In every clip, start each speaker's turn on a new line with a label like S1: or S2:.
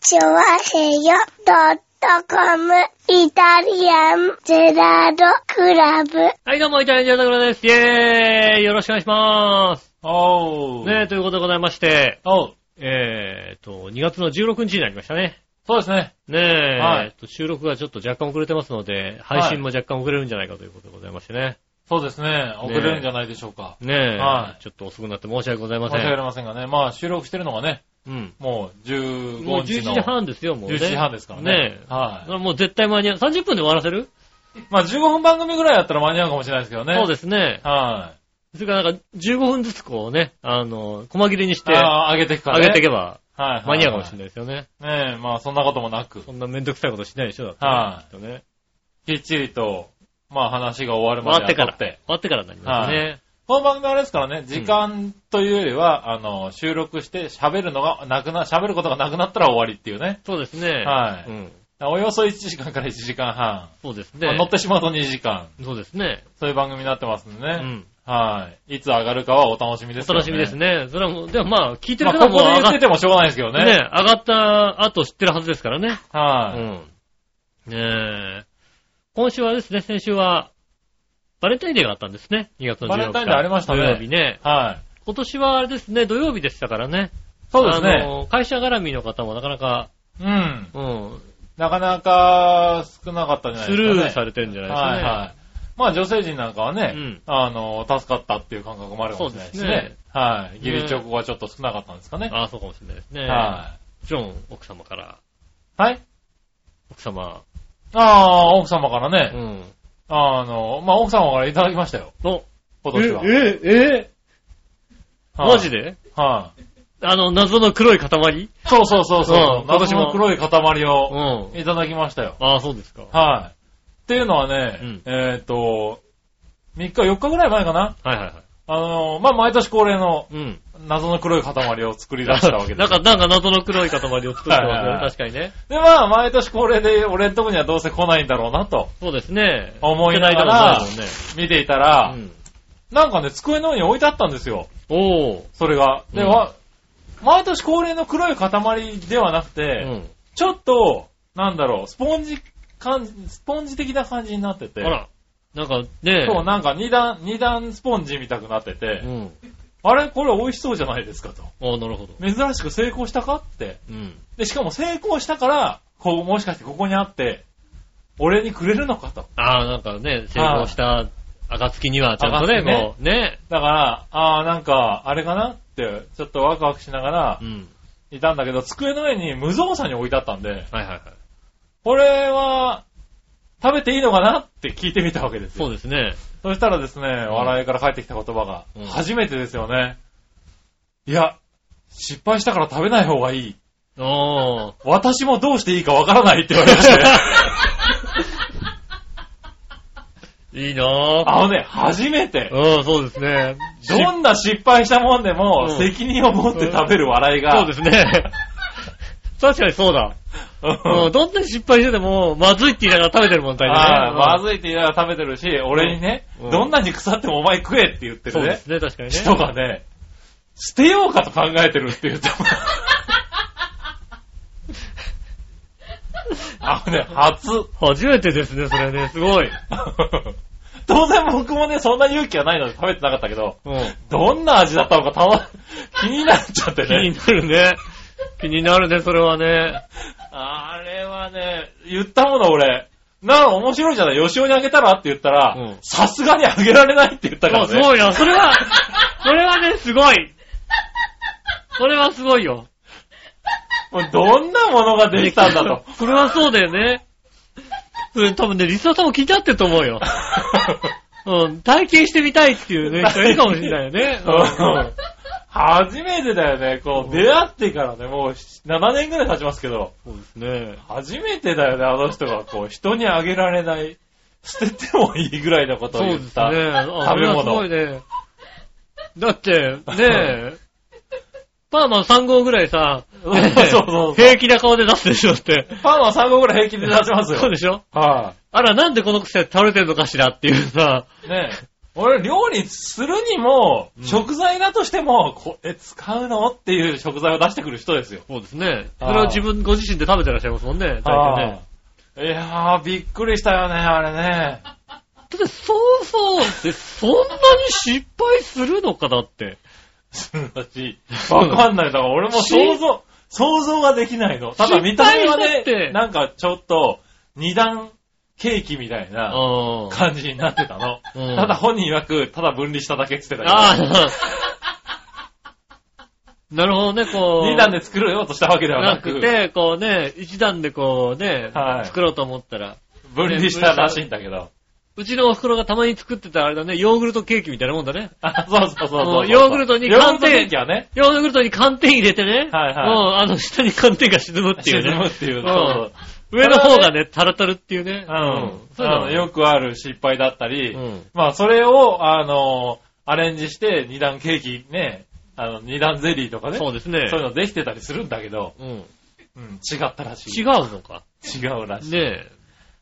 S1: チョワヘヨドットコムイタリアンゼラードクラブ。
S2: はい、どうも、イタリアンジェラタクラです。イェーイよろしくお願いします。
S3: おー。
S2: ねえ、ということでございまして、
S3: おう。
S2: えーと、2月の16日になりましたね。
S3: そうですね。
S2: ねえ、
S3: はい
S2: えっと収録がちょっと若干遅れてますので、配信も若干遅れるんじゃないかということでございましてね。
S3: そうですね。遅れるんじゃないでしょうか。
S2: ねえ、
S3: はい
S2: ちょっと遅くなって申し訳ございま
S3: 申
S2: せ
S3: し訳あり
S2: ん。
S3: ませんがね。まあ、収録してるのがね、
S2: うん。
S3: もう15
S2: もう11
S3: 日
S2: 時
S3: の。
S2: 半ですよ、もう、ね。
S3: 11時半ですからね。
S2: ねえ。
S3: は
S2: それもう絶対間に合う。30分で終わらせる、
S3: い。まあ、15分番組ぐらいだったら間に合うかもしれないですけどね。
S2: そう
S3: で
S2: ですね
S3: す。。は
S2: それからなんか15分ずつこうね、あの、細切れにし
S3: い。
S2: て、
S3: で、
S2: 上
S3: 上げていくからね。
S2: げていけば
S3: はいはい。
S2: 間に合うかもしれ
S3: な
S2: ないですよね。
S3: い。ねえ、まあ、そんなこともなく、
S2: そんなめんどくさいことしないでしょ、だって、
S3: はい
S2: きっとね。
S3: きっちりと、まあ、話が終わるま
S2: 終
S3: で
S2: わってから。
S3: 後で
S2: 終わってからになりますね。
S3: この番組あれですからね、時間というよりは、あの、収録して喋るのがなくな、喋ることがなくなったら終わりっていうね。
S2: そうですね。
S3: はい
S2: うん。
S3: およそ1時間から1時間半。
S2: そうです
S3: まあ
S2: ね。
S3: 乗ってしまうと2時間。
S2: そうですね。
S3: そういう番組になってますん
S2: う
S3: でね。
S2: ん。
S3: はい。いつ上がるかはお楽しみです
S2: お
S3: よね。
S2: 楽しみですね。それはもう、でもまあ、聞いて
S3: ま
S2: る
S3: あ
S2: 方
S3: こ
S2: も
S3: こで
S2: 上
S3: 言
S2: が
S3: っ
S2: って
S3: て、てもしょうがないですけど
S2: ね、
S3: ね。
S2: 上がった後知ってるはずですからね。う
S3: はい。
S2: ん。ねえ。今週はですね、先週は、バレンタインデーがあったんですね。2月の
S3: バレンタインデーありましたね
S2: 土曜日ね。
S3: はい。
S2: 今年はあれですね、土曜日でしたからね。
S3: そうです
S2: あ
S3: ね。
S2: の、会社絡みの方もなかなか、
S3: うん。
S2: うん、
S3: なかなか少なかったんじゃないですかね。
S2: スルーされてるんじゃないですかね。
S3: はいはい。まあ女性陣なんかはね、
S2: うん
S3: あの、助かったっていう感覚もあるかもしれないですね。
S2: そうですね
S3: はい。義理チョコがちょっと少なかったんですかね。
S2: ああ、そうかもしれないですね。
S3: は
S2: ジョン、奥様から、
S3: い。はい。
S2: 奥様、
S3: ああー、奥様から
S2: う
S3: ね、
S2: ん。
S3: あの、まあ奥様からいただきましたよ。
S2: の、
S3: 今年は。
S2: え、え、
S3: はい
S2: マジで
S3: はい。
S2: あの、謎の黒い塊
S3: そうそうそうそう。
S2: うん今年
S3: 私
S2: も
S3: も黒い塊
S2: う
S3: を
S2: ん。
S3: いただきましたよ。
S2: ああ、そうですか。
S3: はい。っていうのはね、
S2: うん
S3: えっ、と、3日、4日ぐらい前かな。
S2: はいはいはい。
S3: あの、まあ、毎年恒例の
S2: うん。
S3: 謎の黒い塊を作り出したわ けで
S2: なん
S3: す。
S2: か、なんか謎の黒い塊を作って
S3: はいはいはい
S2: ますね。確かにね。
S3: で、まあ、毎年恒例で俺んとこにはどうせ来ないんだろうなと
S2: そうですね。
S3: 思いなが
S2: い
S3: ら
S2: けない
S3: 見ていた
S2: と
S3: ら、
S2: こ
S3: なんかね、机の上に置いてあったんですよ。
S2: ろもんね。うん。おー。
S3: それが。で、
S2: うん
S3: わ毎年恒例の黒い塊ではなくて、
S2: うん。
S3: ちょっと、なんだろう、スポンジ感じ、スポンジ的な感じになって
S2: あ
S3: て、
S2: ら。なんかね、
S3: そう、なんか二段、二段スポンジみたくなってて、
S2: うん。
S3: あれこれ美味しそうじゃないですかと。
S2: ああ、なるほど。
S3: 珍しく成功したかって。
S2: うん。
S3: で、しかも成功したから、こう、もしかしてここにあって、俺にくれるのかと。
S2: ああ、なんかね、成功した暁には、ちゃんとね、
S3: 暁ね
S2: こう、ね。
S3: だから、ああ、なんか、あれかなって、ちょっとワクワクしながら
S2: うん。
S3: いたんだけど、机の上に無造作に置いてあったんで、
S2: はいはいはい。
S3: これは、食べていいのかなって聞いてみたわけです
S2: そう
S3: よ。
S2: ですね。
S3: そしたらですね、笑いから返ってきた言葉が、
S2: うん
S3: 初めてですよね。いや、失敗したから食べない方がいい。
S2: おー。
S3: 私もどうしていいかわからないって言われ まして。
S2: いいなぁ。
S3: あのね、初めて、
S2: うん、そうですね。
S3: どんな失敗したもんでも、
S2: うん
S3: 責任を持って食べる笑いが、
S2: そうですね。確かにそうだ。
S3: うん
S2: うん、どんなに失敗してても、まずいって言いながら食べてるもんだ
S3: あ
S2: よ
S3: あ
S2: ね。
S3: ま
S2: い。
S3: ずいって言いながら食べてるし、俺にね、
S2: うん
S3: どんなに腐ってもお前食えって言って
S2: そ
S3: る
S2: うで
S3: ね
S2: す、ね、確かにね。
S3: 人がね、捨てようかと考えてるって 言ったもんあのね、初。
S2: 初めてですね、それね。すごい。
S3: 当然僕もね、そんな勇気はないので食べてなかったけど、
S2: うん。
S3: どんな味だったのかたま、気になっちゃって
S2: 気に
S3: ね。
S2: なるね。気になるね、それはね。
S3: あれはね、言ったもの俺、なあ、面白いじゃない、吉尾にあげたらって言った
S2: う
S3: ら
S2: ん、
S3: さすがにあげられないって言ったから
S2: あ
S3: ね。
S2: すごいな。それは、それはね、すごい。それはすごいよ。
S3: もうどんなものができたん だと。
S2: それはそうだよね。それ多分ね、リスナーさんも聞いちゃってると思うよ。うん、体験してみたいっていう ね、人いるかもしれないよね。
S3: うん 初めてだよね、こう、出会ってからね、もう7年ぐらい経ちますけど、
S2: そうですね。
S3: 初めてだよね、あの人が、こう、人にあげられない、捨ててもいいぐらいのことを
S2: そう
S3: 言っ
S2: ですね。
S3: た。
S2: あ
S3: 食べ物
S2: それはすごいね。だって、ねえ、パーマン3号ぐらい さ、
S3: そうそうそう
S2: 平気な顔で出すでしょって。
S3: パンは3個ぐらい平気で出します
S2: そう
S3: よ。
S2: でしょ
S3: は
S2: あら、なんでこの癖倒れてるのかしらっていうさ、
S3: い。ね俺、料理するにも、
S2: うん
S3: 食材だとしても、これ使うのっていう食材を出してくる人ですよ。
S2: そうですね。そ
S3: あー
S2: れを自分、ご自身で食べてらっしゃいますもんね、大抵ね。
S3: いやー、びっくりしたよね、あれね。
S2: だって、そうそうって、そんなに失敗するのかだって。
S3: すんだし、わかんない。だから俺も想像、想像ができないの。ただ見た目は
S2: 失敗だっ
S3: ね
S2: て、
S3: なんかちょっと、二段ケーキみたいな。
S2: あー
S3: 感じになってたの。
S2: うん
S3: ただ本人曰く、ただ分離しただけって言ってたけ
S2: あー。 なるほどね、こ
S3: ど、
S2: う。
S3: 2段で作ろうとしたわけでは
S2: な
S3: なく、
S2: くて、こうね、一段でこうね、
S3: はい
S2: 作ろうと思ったら。
S3: 分離したらしいんだけど。
S2: うちのお袋がたまに作ってたあれだね、ヨーグルトケーキみたいなもんだね。
S3: あそうそうそうそ
S2: う
S3: う
S2: んヨーグルトに寒天
S3: ヨーグルトケーキ はね、
S2: ヨーグルトに寒天入れてね、
S3: はいはい
S2: うん、あの、下に寒天が沈むっていうね。
S3: 沈むっていう。
S2: ん
S3: そう
S2: 上の方がね、タルタルっていうね。
S3: うん。
S2: そう
S3: あの
S2: だよ
S3: よくある失敗だったり、
S2: うん
S3: まあそれを、あの、アレンジして2段ケーキね、あの、2段ゼリーとかね、
S2: そうですね。
S3: そういうのできてたりするんだけど、
S2: うん。
S3: うん、違ったらしい。
S2: 違うのか。
S3: 違うらしい。
S2: ね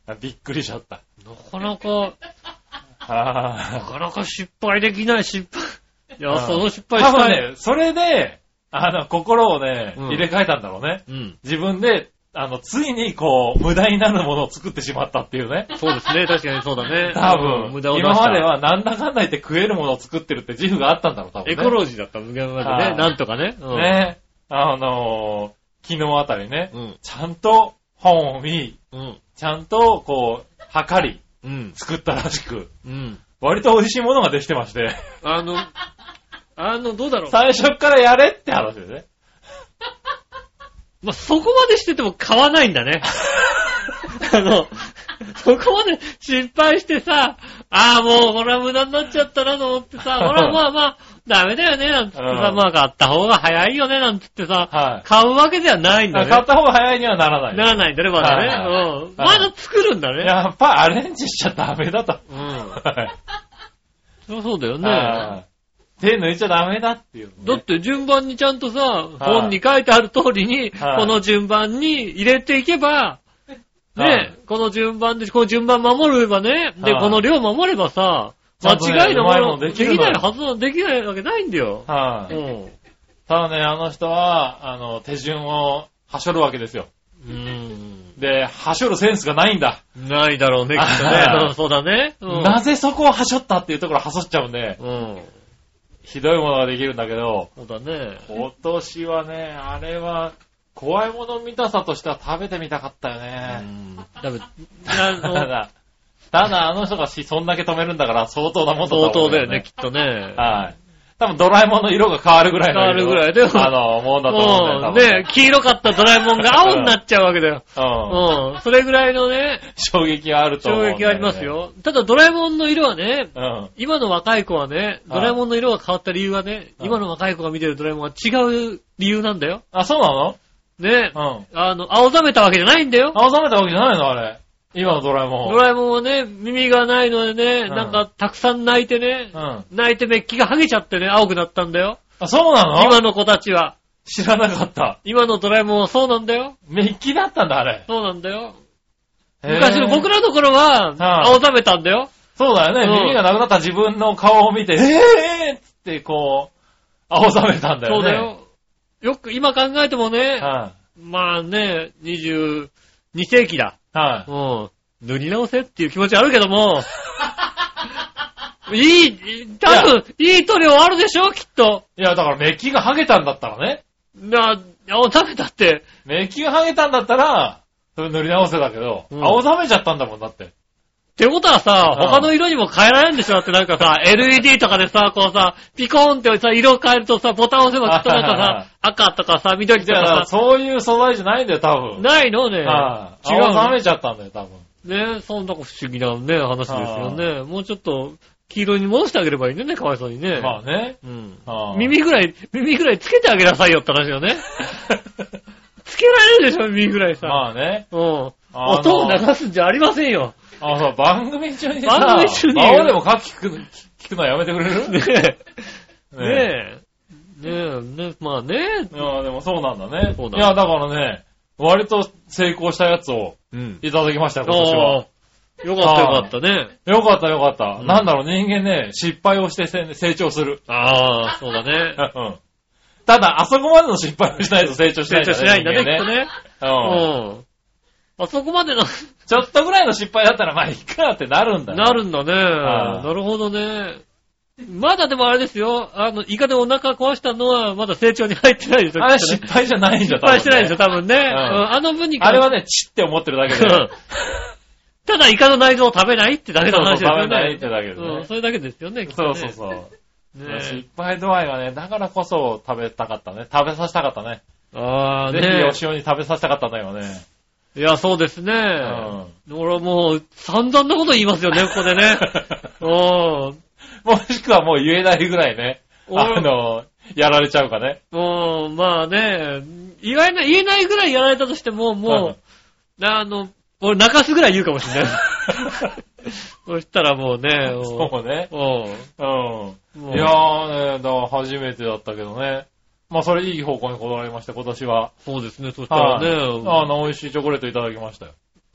S3: あびっくりしちゃった。
S2: え。なかなか、な
S3: あ
S2: かなか失敗できない失 敗。いや、
S3: あ
S2: その失
S3: あ。
S2: 敗
S3: 多
S2: した
S3: 分
S2: い。
S3: ね、それで、あの、心をね、
S2: うん
S3: 入れ替えたんだろうね。
S2: うん。
S3: 自分で、あの、ついにこう、無駄になるものを作ってしまったっていうね。
S2: そうですね、確かにそうだ ね。
S3: 多
S2: うん
S3: 分、
S2: 無駄を出した
S3: 今まではなんだかんだ言って食えるものを作ってるって自負があったんだろう、多分、ね。
S2: エコロジーだった、無限まで
S3: は
S2: ね。
S3: い
S2: なんとかね。うん。
S3: ね。あのー昨日あたりね、
S2: うん。
S3: ちゃんと本を見、
S2: うん。
S3: ちゃんとこう、測り、
S2: うん。
S3: 作ったらしく、
S2: うん。
S3: 割と美味しいものができてまして、
S2: あの、あの、どうだろう。
S3: 最初からやれって話でね。
S2: まあ、そこまでしてても買わないんだ ね。あの、そこまで失敗してさ、ああ、もうこれは無駄になっちゃったなと思ってさ、ほら、まあまあ、ダメだよね、なんつってさ、
S3: うん
S2: まあ買った方が早いよね、なんつってさ、
S3: はい。
S2: 買うわけではないんだ
S3: 買っ
S2: ね。
S3: た方が早いにはならない。
S2: ならないんだね、ま
S3: はい
S2: だね。うん。ま
S3: はい
S2: だ作るんだね。
S3: やっぱアレンジしちゃダメだと。
S2: うん。
S3: は
S2: そりゃそうだよ
S3: い
S2: ね。
S3: はい手抜いちゃダメだっていうね、
S2: だって順番にちゃんとさ、本に書いてある通りに、
S3: はい
S2: この順番に入れていけば、ね、この順番で、この順番守ればね、で、
S3: はい
S2: この量守ればさ、
S3: ちゃんとね
S2: 間違いのも
S3: う
S2: の、
S3: まいもん
S2: で
S3: でき
S2: き
S3: るのよ
S2: ないはずは、できないわけないんだよ。
S3: はい、
S2: うん。
S3: ただね、あの人は、あの、手順をはしょるわけですよ。
S2: うん。
S3: で、はしょるセンスがないんだ。
S2: ないだろうね、きっとね
S3: あ。ー
S2: うんそうだね。うん
S3: なぜそこをはしょったっていうところはしょっちゃうんで、
S2: うん。
S3: ひどいものができるんだけど、
S2: そうだね。
S3: 今年はね、あれは、怖いもの見たさとしては食べてみたかったよね。
S2: だめ、あ
S3: た
S2: の、
S3: だ、ただあの人がし、そんだけ止めるんだから相当なもんだと思
S2: 相
S3: う
S2: 当だよね、きっとね。
S3: はい。多分ドラえもんの色が変わるぐらいの色
S2: 変わるぐらいで
S3: あの、もんだと思うん
S2: う
S3: だよ。
S2: ん。
S3: 多分
S2: ね、黄色かったドラえもんが青になっちゃうわけだよ。
S3: うん。
S2: うん。それぐらいのね、
S3: 衝撃はあると思う
S2: 衝
S3: んだよ
S2: 撃
S3: ね。
S2: ありますよ。ただドラえもんの色はね、
S3: うん。
S2: 今の若い子はね、
S3: はい
S2: ドラえもんの色が変わった理由はね、
S3: うん
S2: 今の若い子が見てるドラえもんは違う理由なんだよ。
S3: あ、そうなの
S2: ね。
S3: うん。
S2: あの、青ざめたわけじゃないんだよ。
S3: 青ざめたわけじゃないのあれ。今のドラえもん。
S2: ドラえもんはね、耳がないのでね、
S3: うん
S2: なんかたくさん泣いてね
S3: う、ん。
S2: 泣いてメッキが剥げちゃってね、青くなったんだよ。
S3: あ、そうなの
S2: 今の子たちは。
S3: 知らなかった。
S2: 今のドラえもんはそうなんだよ。
S3: メッキだったんだ、あれ。
S2: そうなんだよ。昔の僕
S3: ら。
S2: らの頃は、
S3: はい
S2: 青ざめたんだよ。
S3: そうだよね。
S2: うん
S3: 耳がなくなった自分の顔を見て、えぇーっつってこう、青ざめたんだ
S2: そ
S3: よ
S2: う
S3: ね。
S2: だよ。よく、今考えてもね、
S3: は
S2: まあね、22世紀だ。
S3: い。は
S2: うん。塗り直せっていう気持ちあるけど も、いい、多分、いい塗料あるでしょ、きっと。
S3: い。いや、だからメッキが剥げたんだったらね。
S2: な、青ざめたって、
S3: メッキが剥げたんだったら、それ塗り直せだけど、
S2: うん
S3: 青ざめちゃったんだもんだって。
S2: ってことはさ、
S3: うん
S2: 他の色にも変えられるんでしょだってなんかさ、LED とかでさ、こうさ、ピコーンってさ、色変えるとさ、ボタン押せばきっとなん
S3: はいはいは
S2: か
S3: い
S2: さ、赤とかさ、緑
S3: じ
S2: と
S3: ゃ
S2: かさ、
S3: あ、そういう素材じゃないんだよ、多分。
S2: ないのね。
S3: はい
S2: 違う
S3: 青
S2: の
S3: ざめちゃったんだよ、多分。
S2: ね、そんな不思議なね、話ですよね。もうちょっと、黄色に戻してあげればいいんだよね、かわいそうにね。
S3: まあね。
S2: うん。
S3: あー
S2: 耳ぐらい、耳ぐらいつけてあげなさいよって話 よね。つけられるでしょ、耳ぐらいさ。
S3: まあね。
S2: うん。音
S3: あの
S2: を流すんじゃありませんよ。
S3: あ、そう、番組中にさ、
S2: 番組中に
S3: 魔王でも歌詞聞く聞くのやめてくれ る
S2: ねえ。
S3: ね
S2: ねえ。ねえ、ねまあね。
S3: いや、でもそうなんだね。
S2: そうだ
S3: いや、だからね、割と成功したやつを
S2: うん。
S3: いただきましたよ、今年
S2: あ
S3: は
S2: あ。。よかったよかったね。
S3: よかったよかった。
S2: うん
S3: なんだろう、人間ね、失敗をしてせ成長する。
S2: ああ、そうだね
S3: う。んただ、あそこまでの失敗をしないと成長しな
S2: 成
S3: い
S2: 長しないんだね、きっ
S3: 人
S2: と
S3: 間
S2: ね。
S3: うん
S2: うん。あそこまでな、
S3: ちょっとぐらいの失敗だったら、まあ、いっかってなるんだね
S2: なるんだね。
S3: はい
S2: なるほどね。まだでもあれですよ、あの、イカでお腹壊したのは、まだ成長に入ってないですよ。
S3: あれ
S2: きっとね
S3: 失敗じゃないんだ
S2: 失敗してないですよ、
S3: 多
S2: 多分ね。うん
S3: ん
S2: あの分に
S3: 分ねあれは
S2: ね、
S3: ね、チって思ってるだけ
S2: う
S3: で。
S2: ん ただイカの内臓を食べないってだけの話ですよね。
S3: そうそう食べないってだけでね
S2: うんそれだけですよね、きっと
S3: そ
S2: ね
S3: うそうそう。失
S2: ね
S3: 敗度合いはね、だからこそ食べたかったね。食べさせたかったね。
S2: ああ、
S3: ぜひ、
S2: ね
S3: よしおに食べさせたかったんだよね。
S2: いや、そうですね。俺はもう、散々なこと言いますよね、ここで ね。うん。
S3: もしくはもう言えないぐらいね。
S2: 俺
S3: あの、やられちゃうかね。
S2: もう、まあね、言わない、言えないぐらいやられたとしても、もう、あの、俺泣かすぐらい言うかもし れない。そしたらもうね、も
S3: そうね。
S2: う
S3: う
S2: うん
S3: ん。
S2: もう
S3: いやーね、だから初めてだったけどね。まあそれいい方向にこだわりました、今年は。
S2: そうですね、そしたら
S3: はい
S2: ね、
S3: あの、美味しいチョコレートいただきましたよ。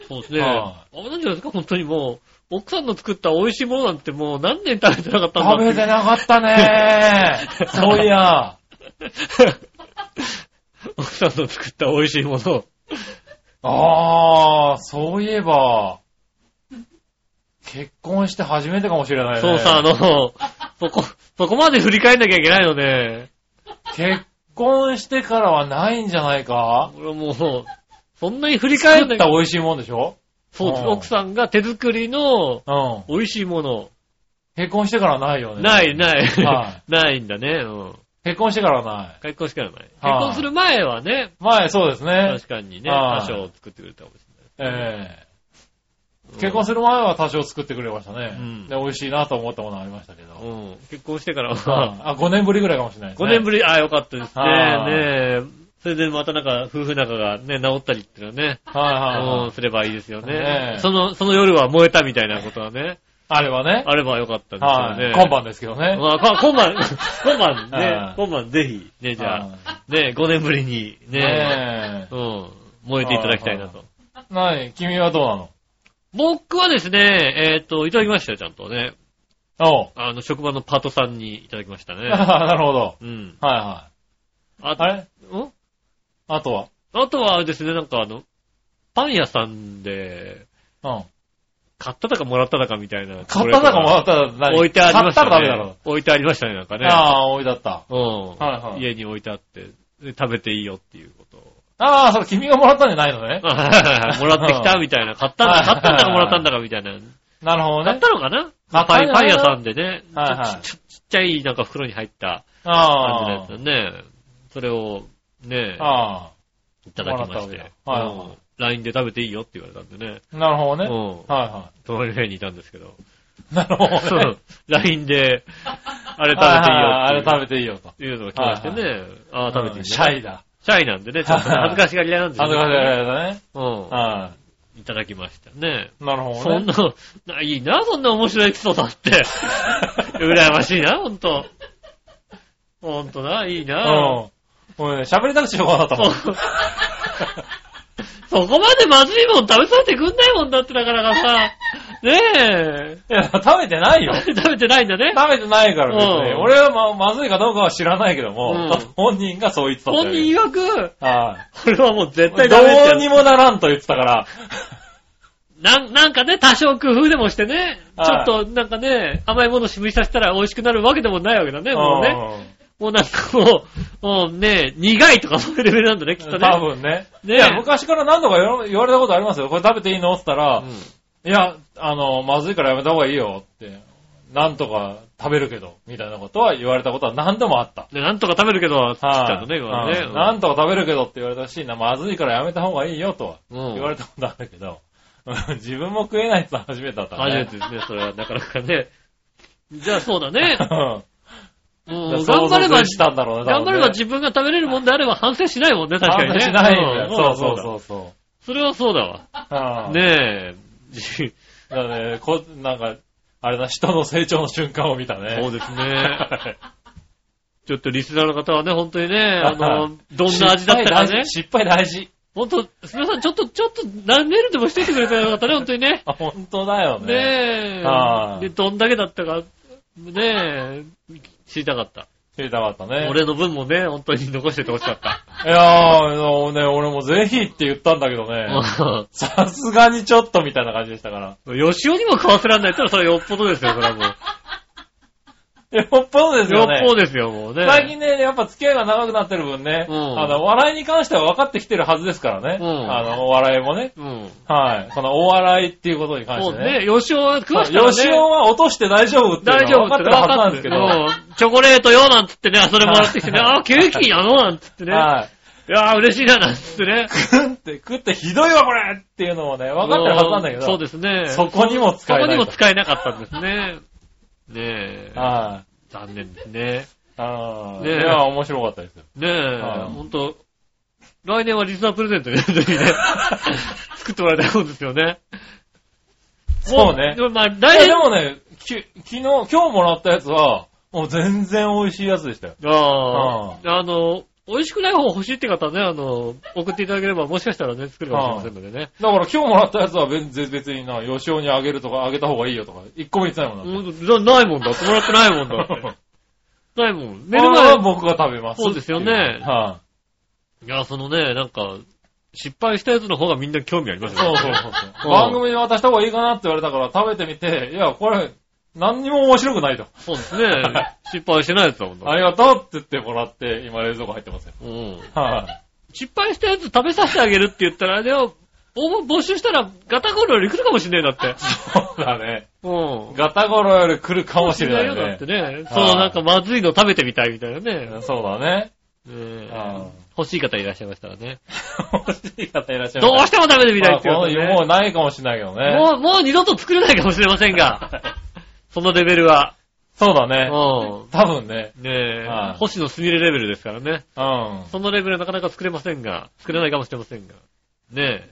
S2: そうですね。あ
S3: は
S2: れなんじゃないですか、本当にもう、奥さんの作った美味しいものなんてもう何年食べてなかったんだ
S3: 食べてなかったね そう いや。
S2: 奥さんの作った美味しいもの。
S3: ああ、そういえば、結婚して初めてかもしれないね。
S2: そうさ、あの、そこ、 そこまで振り返んなきゃいけないので、
S3: 結婚してからはないんじゃないか
S2: 俺もう、そんなに振り返
S3: 作
S2: ん
S3: った
S2: な
S3: 美味しいもんでしょ
S2: そうです
S3: うん
S2: 奥さんが手作りの
S3: うん。
S2: 美味しいもの。
S3: 結婚してからないよね。
S2: ない、。ない
S3: は。
S2: ないんだね。うん。
S3: 結婚してからない。
S2: 結婚しかない。結
S3: はい
S2: 婚する前はね、
S3: 前、そうですね。
S2: 確かにね、
S3: は
S2: 多
S3: い
S2: 少作ってくれたかもし
S3: え
S2: れ
S3: え
S2: ない。
S3: 結婚する前は多少作ってくれましたね。
S2: うん
S3: で、美味しいなと思ったものありましたけど。
S2: うんうん。結婚してからは、
S3: あ、5年ぶりぐらいかもしれないです
S2: 5
S3: ね。
S2: 年ぶり、ああ、よかったですね。
S3: はい
S2: ねえ。それでまたなんか、夫婦仲がね、治ったりっていうのはね、
S3: はいはいは
S2: う
S3: い
S2: ん、。すればいいですよ
S3: ね
S2: ね。
S3: え
S2: その、その夜は燃えたみたいなことはね、
S3: あれはね。
S2: あればよかったですよ
S3: は
S2: ね
S3: い。。今晩ですけどね。
S2: まあこ今 晩、今晩
S3: は
S2: ね
S3: い、
S2: 今晩ぜひ、ね、じゃ
S3: は
S2: あ、ね、5年ぶりに、
S3: い
S2: ね、
S3: ね
S2: うん、燃えていただきたいなと。
S3: え。ない、君はどうなの
S2: 僕はですね、えっと、いただきましたよ、ちゃんとね。
S3: おう。
S2: あの、職場のパートさんにいただきましたね。
S3: なるほど。
S2: うん。
S3: はい
S2: あ
S3: はい。あれ
S2: ん
S3: あとは
S2: あとはあれですね、なんかあの、パン屋さんで、
S3: うん。
S2: 買っただかもらっただかみたいな。
S3: 買っただかもらったら何
S2: 置いてありましたね。
S3: 買ったらダメだろ。
S2: 置いてありましたね、なんかね。
S3: ああ、置いてあった。
S2: うん、
S3: はいはい
S2: 家に置いてあって、で食べていいよっていうことを。
S3: ああ、それ君がもらったんじゃないのね。
S2: はいはいはいもらってきたみたいな。買ったんだ、買ったんだかもらったんだかみ たいな。
S3: なるほど
S2: 買っ
S3: ね。
S2: たのかな
S3: 買った
S2: パ
S3: んじ
S2: ン
S3: ゃ
S2: パ
S3: ない
S2: ン屋さんでね。
S3: はいはい
S2: ちちちっちゃいなんか袋に入った感
S3: ああ
S2: じ。のやつね。それをね、
S3: あ
S2: いただきまし
S3: もら
S2: て
S3: っ。たわけだはいはい
S2: うん LINE で食べていいよって言われたんでね。
S3: あ。なるほどね。
S2: うん。
S3: はいは
S2: 隣の部屋にいたんです けど。
S3: い。なるほ
S2: そ
S3: どね。
S2: う LIne で、あれ食べていいよっていう。
S3: あれ食べていいよと。
S2: いうのが来ましてね。ああ、食べていい、
S3: う
S2: ね
S3: んシャイだ。
S2: シャイなんで ね、ちょっと恥ずかしがり屋なんです
S3: あ
S2: よ
S3: の
S2: ね
S3: 方だね。
S2: う
S3: は
S2: ん。いただきましたね。
S3: い。なるほ
S2: そ
S3: ど
S2: ん
S3: ね。
S2: な、ないいな、そんな面白いエピソードあ って。羨ましいな、ほんと。ほんとな、いいな。
S3: うん。俺ね、喋りたくてしょうがなかったもん。
S2: そう そこまでまずいもん食べさせてくんないもんだってなかなかさ。ねえ。
S3: いや、食べてな いよ。
S2: 食べてないんだね。
S3: 食べてないから別に。
S2: うん
S3: 俺はま、まずいかどうかは知らないけども
S2: うん、
S3: 本人がそう言ってたんだ
S2: 本
S3: よ。
S2: 人曰く、
S3: はい。
S2: これはもう絶
S3: ど
S2: 対ダメって
S3: うに
S2: や
S3: もならんと言ってたから。
S2: つなんなんかね、多少工夫でもしてね、ちょ
S3: は
S2: っ
S3: い
S2: となんかね、甘いものしぶりさせたら美味しくなるわけでもないわけだね、もうね。
S3: うん
S2: もうなんかもう、もうね、苦いとかそういうレベルなんだね、きっとね。
S3: 多分ね。
S2: ね
S3: いや、昔から何度か言わ言われたことありますよ。これ食べていいのって言ったら、
S2: う
S3: い
S2: ん
S3: や、あの、まずいからやめた方がいいよって、なんとか食べるけど、みたいなことは言われたことは何度もあった。
S2: でなんとか食べるけど、つっち
S3: はい
S2: ゃうのね、今はね。
S3: うんなんとか食べるけどって言われたし、なまずいからやめた方がいいよとは
S2: うん
S3: 言われたことあるけど、うん自分も食えないって初めてだった
S2: 初め
S3: ね。
S2: てですね、それは。なかなかね。じゃあそうだ ね。
S3: う
S2: うんん頑張れば
S3: 想像、したんだろうね。多
S2: 頑張
S3: 分
S2: れ
S3: ね
S2: ば自分が食べれるもんであれば反省しないもんね、確かにね。
S3: 反省しないんだよ。
S2: ん
S3: そうそう
S2: だ
S3: そうそ
S2: それはそうだわ。
S3: う。うん
S2: ねえ。 じ
S3: だからね、こ、なんか、あれだ、人の成長の瞬間を見たね。
S2: そうです ね。
S3: はい
S2: ちょっとリスナーの方はね、本当にね、あの、どんな味だった
S3: 失敗
S2: か
S3: 大
S2: ね
S3: 事。失敗大事。
S2: ほんと、すみません、ちょっと、ちょっと、なメールでもしていてくれたらよかったね、ほんとにね。
S3: あ、本当だよね。
S2: ね
S3: は
S2: え。で、
S3: い
S2: どんだけだったか、ねえ、知りたかった。
S3: 知りたかったね。
S2: 俺の分もね、本当に残しててほしかった。
S3: いやー、あのね、俺もぜひって言ったんだけど ね。さすがにちょっとみたいな感じでしたから。
S2: うん吉尾にも買わせらんないったら、それよっぽどですよ、それはもう。
S3: よっぽどです
S2: よ
S3: よ
S2: っ
S3: ね。
S2: ぽどですよ、もうね。
S3: 最近ね、やっぱ付き合いが長くなってる分ね、
S2: うん
S3: あの、笑いに関しては分かってきてるはずですからね。
S2: うん
S3: あの、お笑いもね。
S2: うん。
S3: はい。このお笑いっていうことに関し
S2: も
S3: て
S2: う
S3: ね。
S2: ね、吉尾は詳しく
S3: そう吉尾は落として大丈夫って
S2: 大
S3: いう
S2: 丈
S3: のは
S2: 夫
S3: 分かってるはずなんですけど。
S2: 分かってるうんチョコレートよ、なんつってね、あそれもらってきてね、
S3: はい
S2: あ、ケーキなのなんつってね。
S3: はい。
S2: いやー嬉しいな、なんつってね。
S3: 食って、食ってひどいわ、これっていうのをね、分かってるはずなんだけど。
S2: そうですね。
S3: そこにも使えな
S2: そ
S3: い
S2: こにも使えなかったんですね。ねえ。
S3: はい。
S2: 残念ですね。
S3: ああ、
S2: ねえ
S3: いや、面白かったですよ。
S2: ねえ
S3: は、い
S2: ほんと、来年はリスナープレゼントで、ぜひ ね、作ってもらいたいもんですよね。
S3: そうね
S2: で。もまあ、
S3: いや
S2: 来
S3: で
S2: 年
S3: もね、き、昨日、今日もらったやつは、もう全然美味しいやつでしたよ。
S2: ああ、あの、美味しくない方欲しいって方ね、あの、送っていただければ、もしかしたらね、作るかもしれませんのでね。
S3: だから今日もらったやつは別別にな、吉尾にあげるとか、あげた方がいいよとか、一個も言ってないもんな。
S2: うん、なないもんだって、もらってないもんだ って。ないもん。メ
S3: メ
S2: ール
S3: ルマガは
S2: が、
S3: 僕が食べますってい。
S2: そうですよね
S3: はい
S2: や、そのね、なんか、失敗したやつの方がみんな興味あります
S3: い。
S2: よね。
S3: そうそうそうそう。 番組に渡した方がいいかなって言われたから食べてみて、いや、これ、何にも面白くないと。
S2: そうですね。 失敗してないやつだもんだ。
S3: ありがとうって言ってもらって、今冷蔵庫入ってますよ。
S2: うん。
S3: はい。
S2: 失敗したやつ食べさせてあげるって言ったら、でも、応募募集したらガタゴロより来るかもしんないんだって。
S3: そうだね。
S2: うん。
S3: ガタゴロより来るかもしれない
S2: よだ
S3: ね
S2: って。ね。そう、なんかまずいの食べてみたいみたいなね。
S3: そうだね。
S2: ねえ
S3: ああ
S2: 欲しい方いらっしゃいましたらね。
S3: 欲しい方いらっしゃい
S2: どうしても食べてみたいっていう
S3: まあ
S2: 方
S3: こ
S2: ね
S3: のもうないかもしれないけどね。
S2: もう、もう二度と作れないかもしれませんが。そのレベルは。
S3: そうだ
S2: う
S3: ね。
S2: ん。
S3: 多分ね。
S2: ねえ、
S3: はい
S2: 星野すみれレベルですからね。
S3: うん。は
S2: そのレベルはなかなか作れませんが、作れないかもしれませんが。ねえ、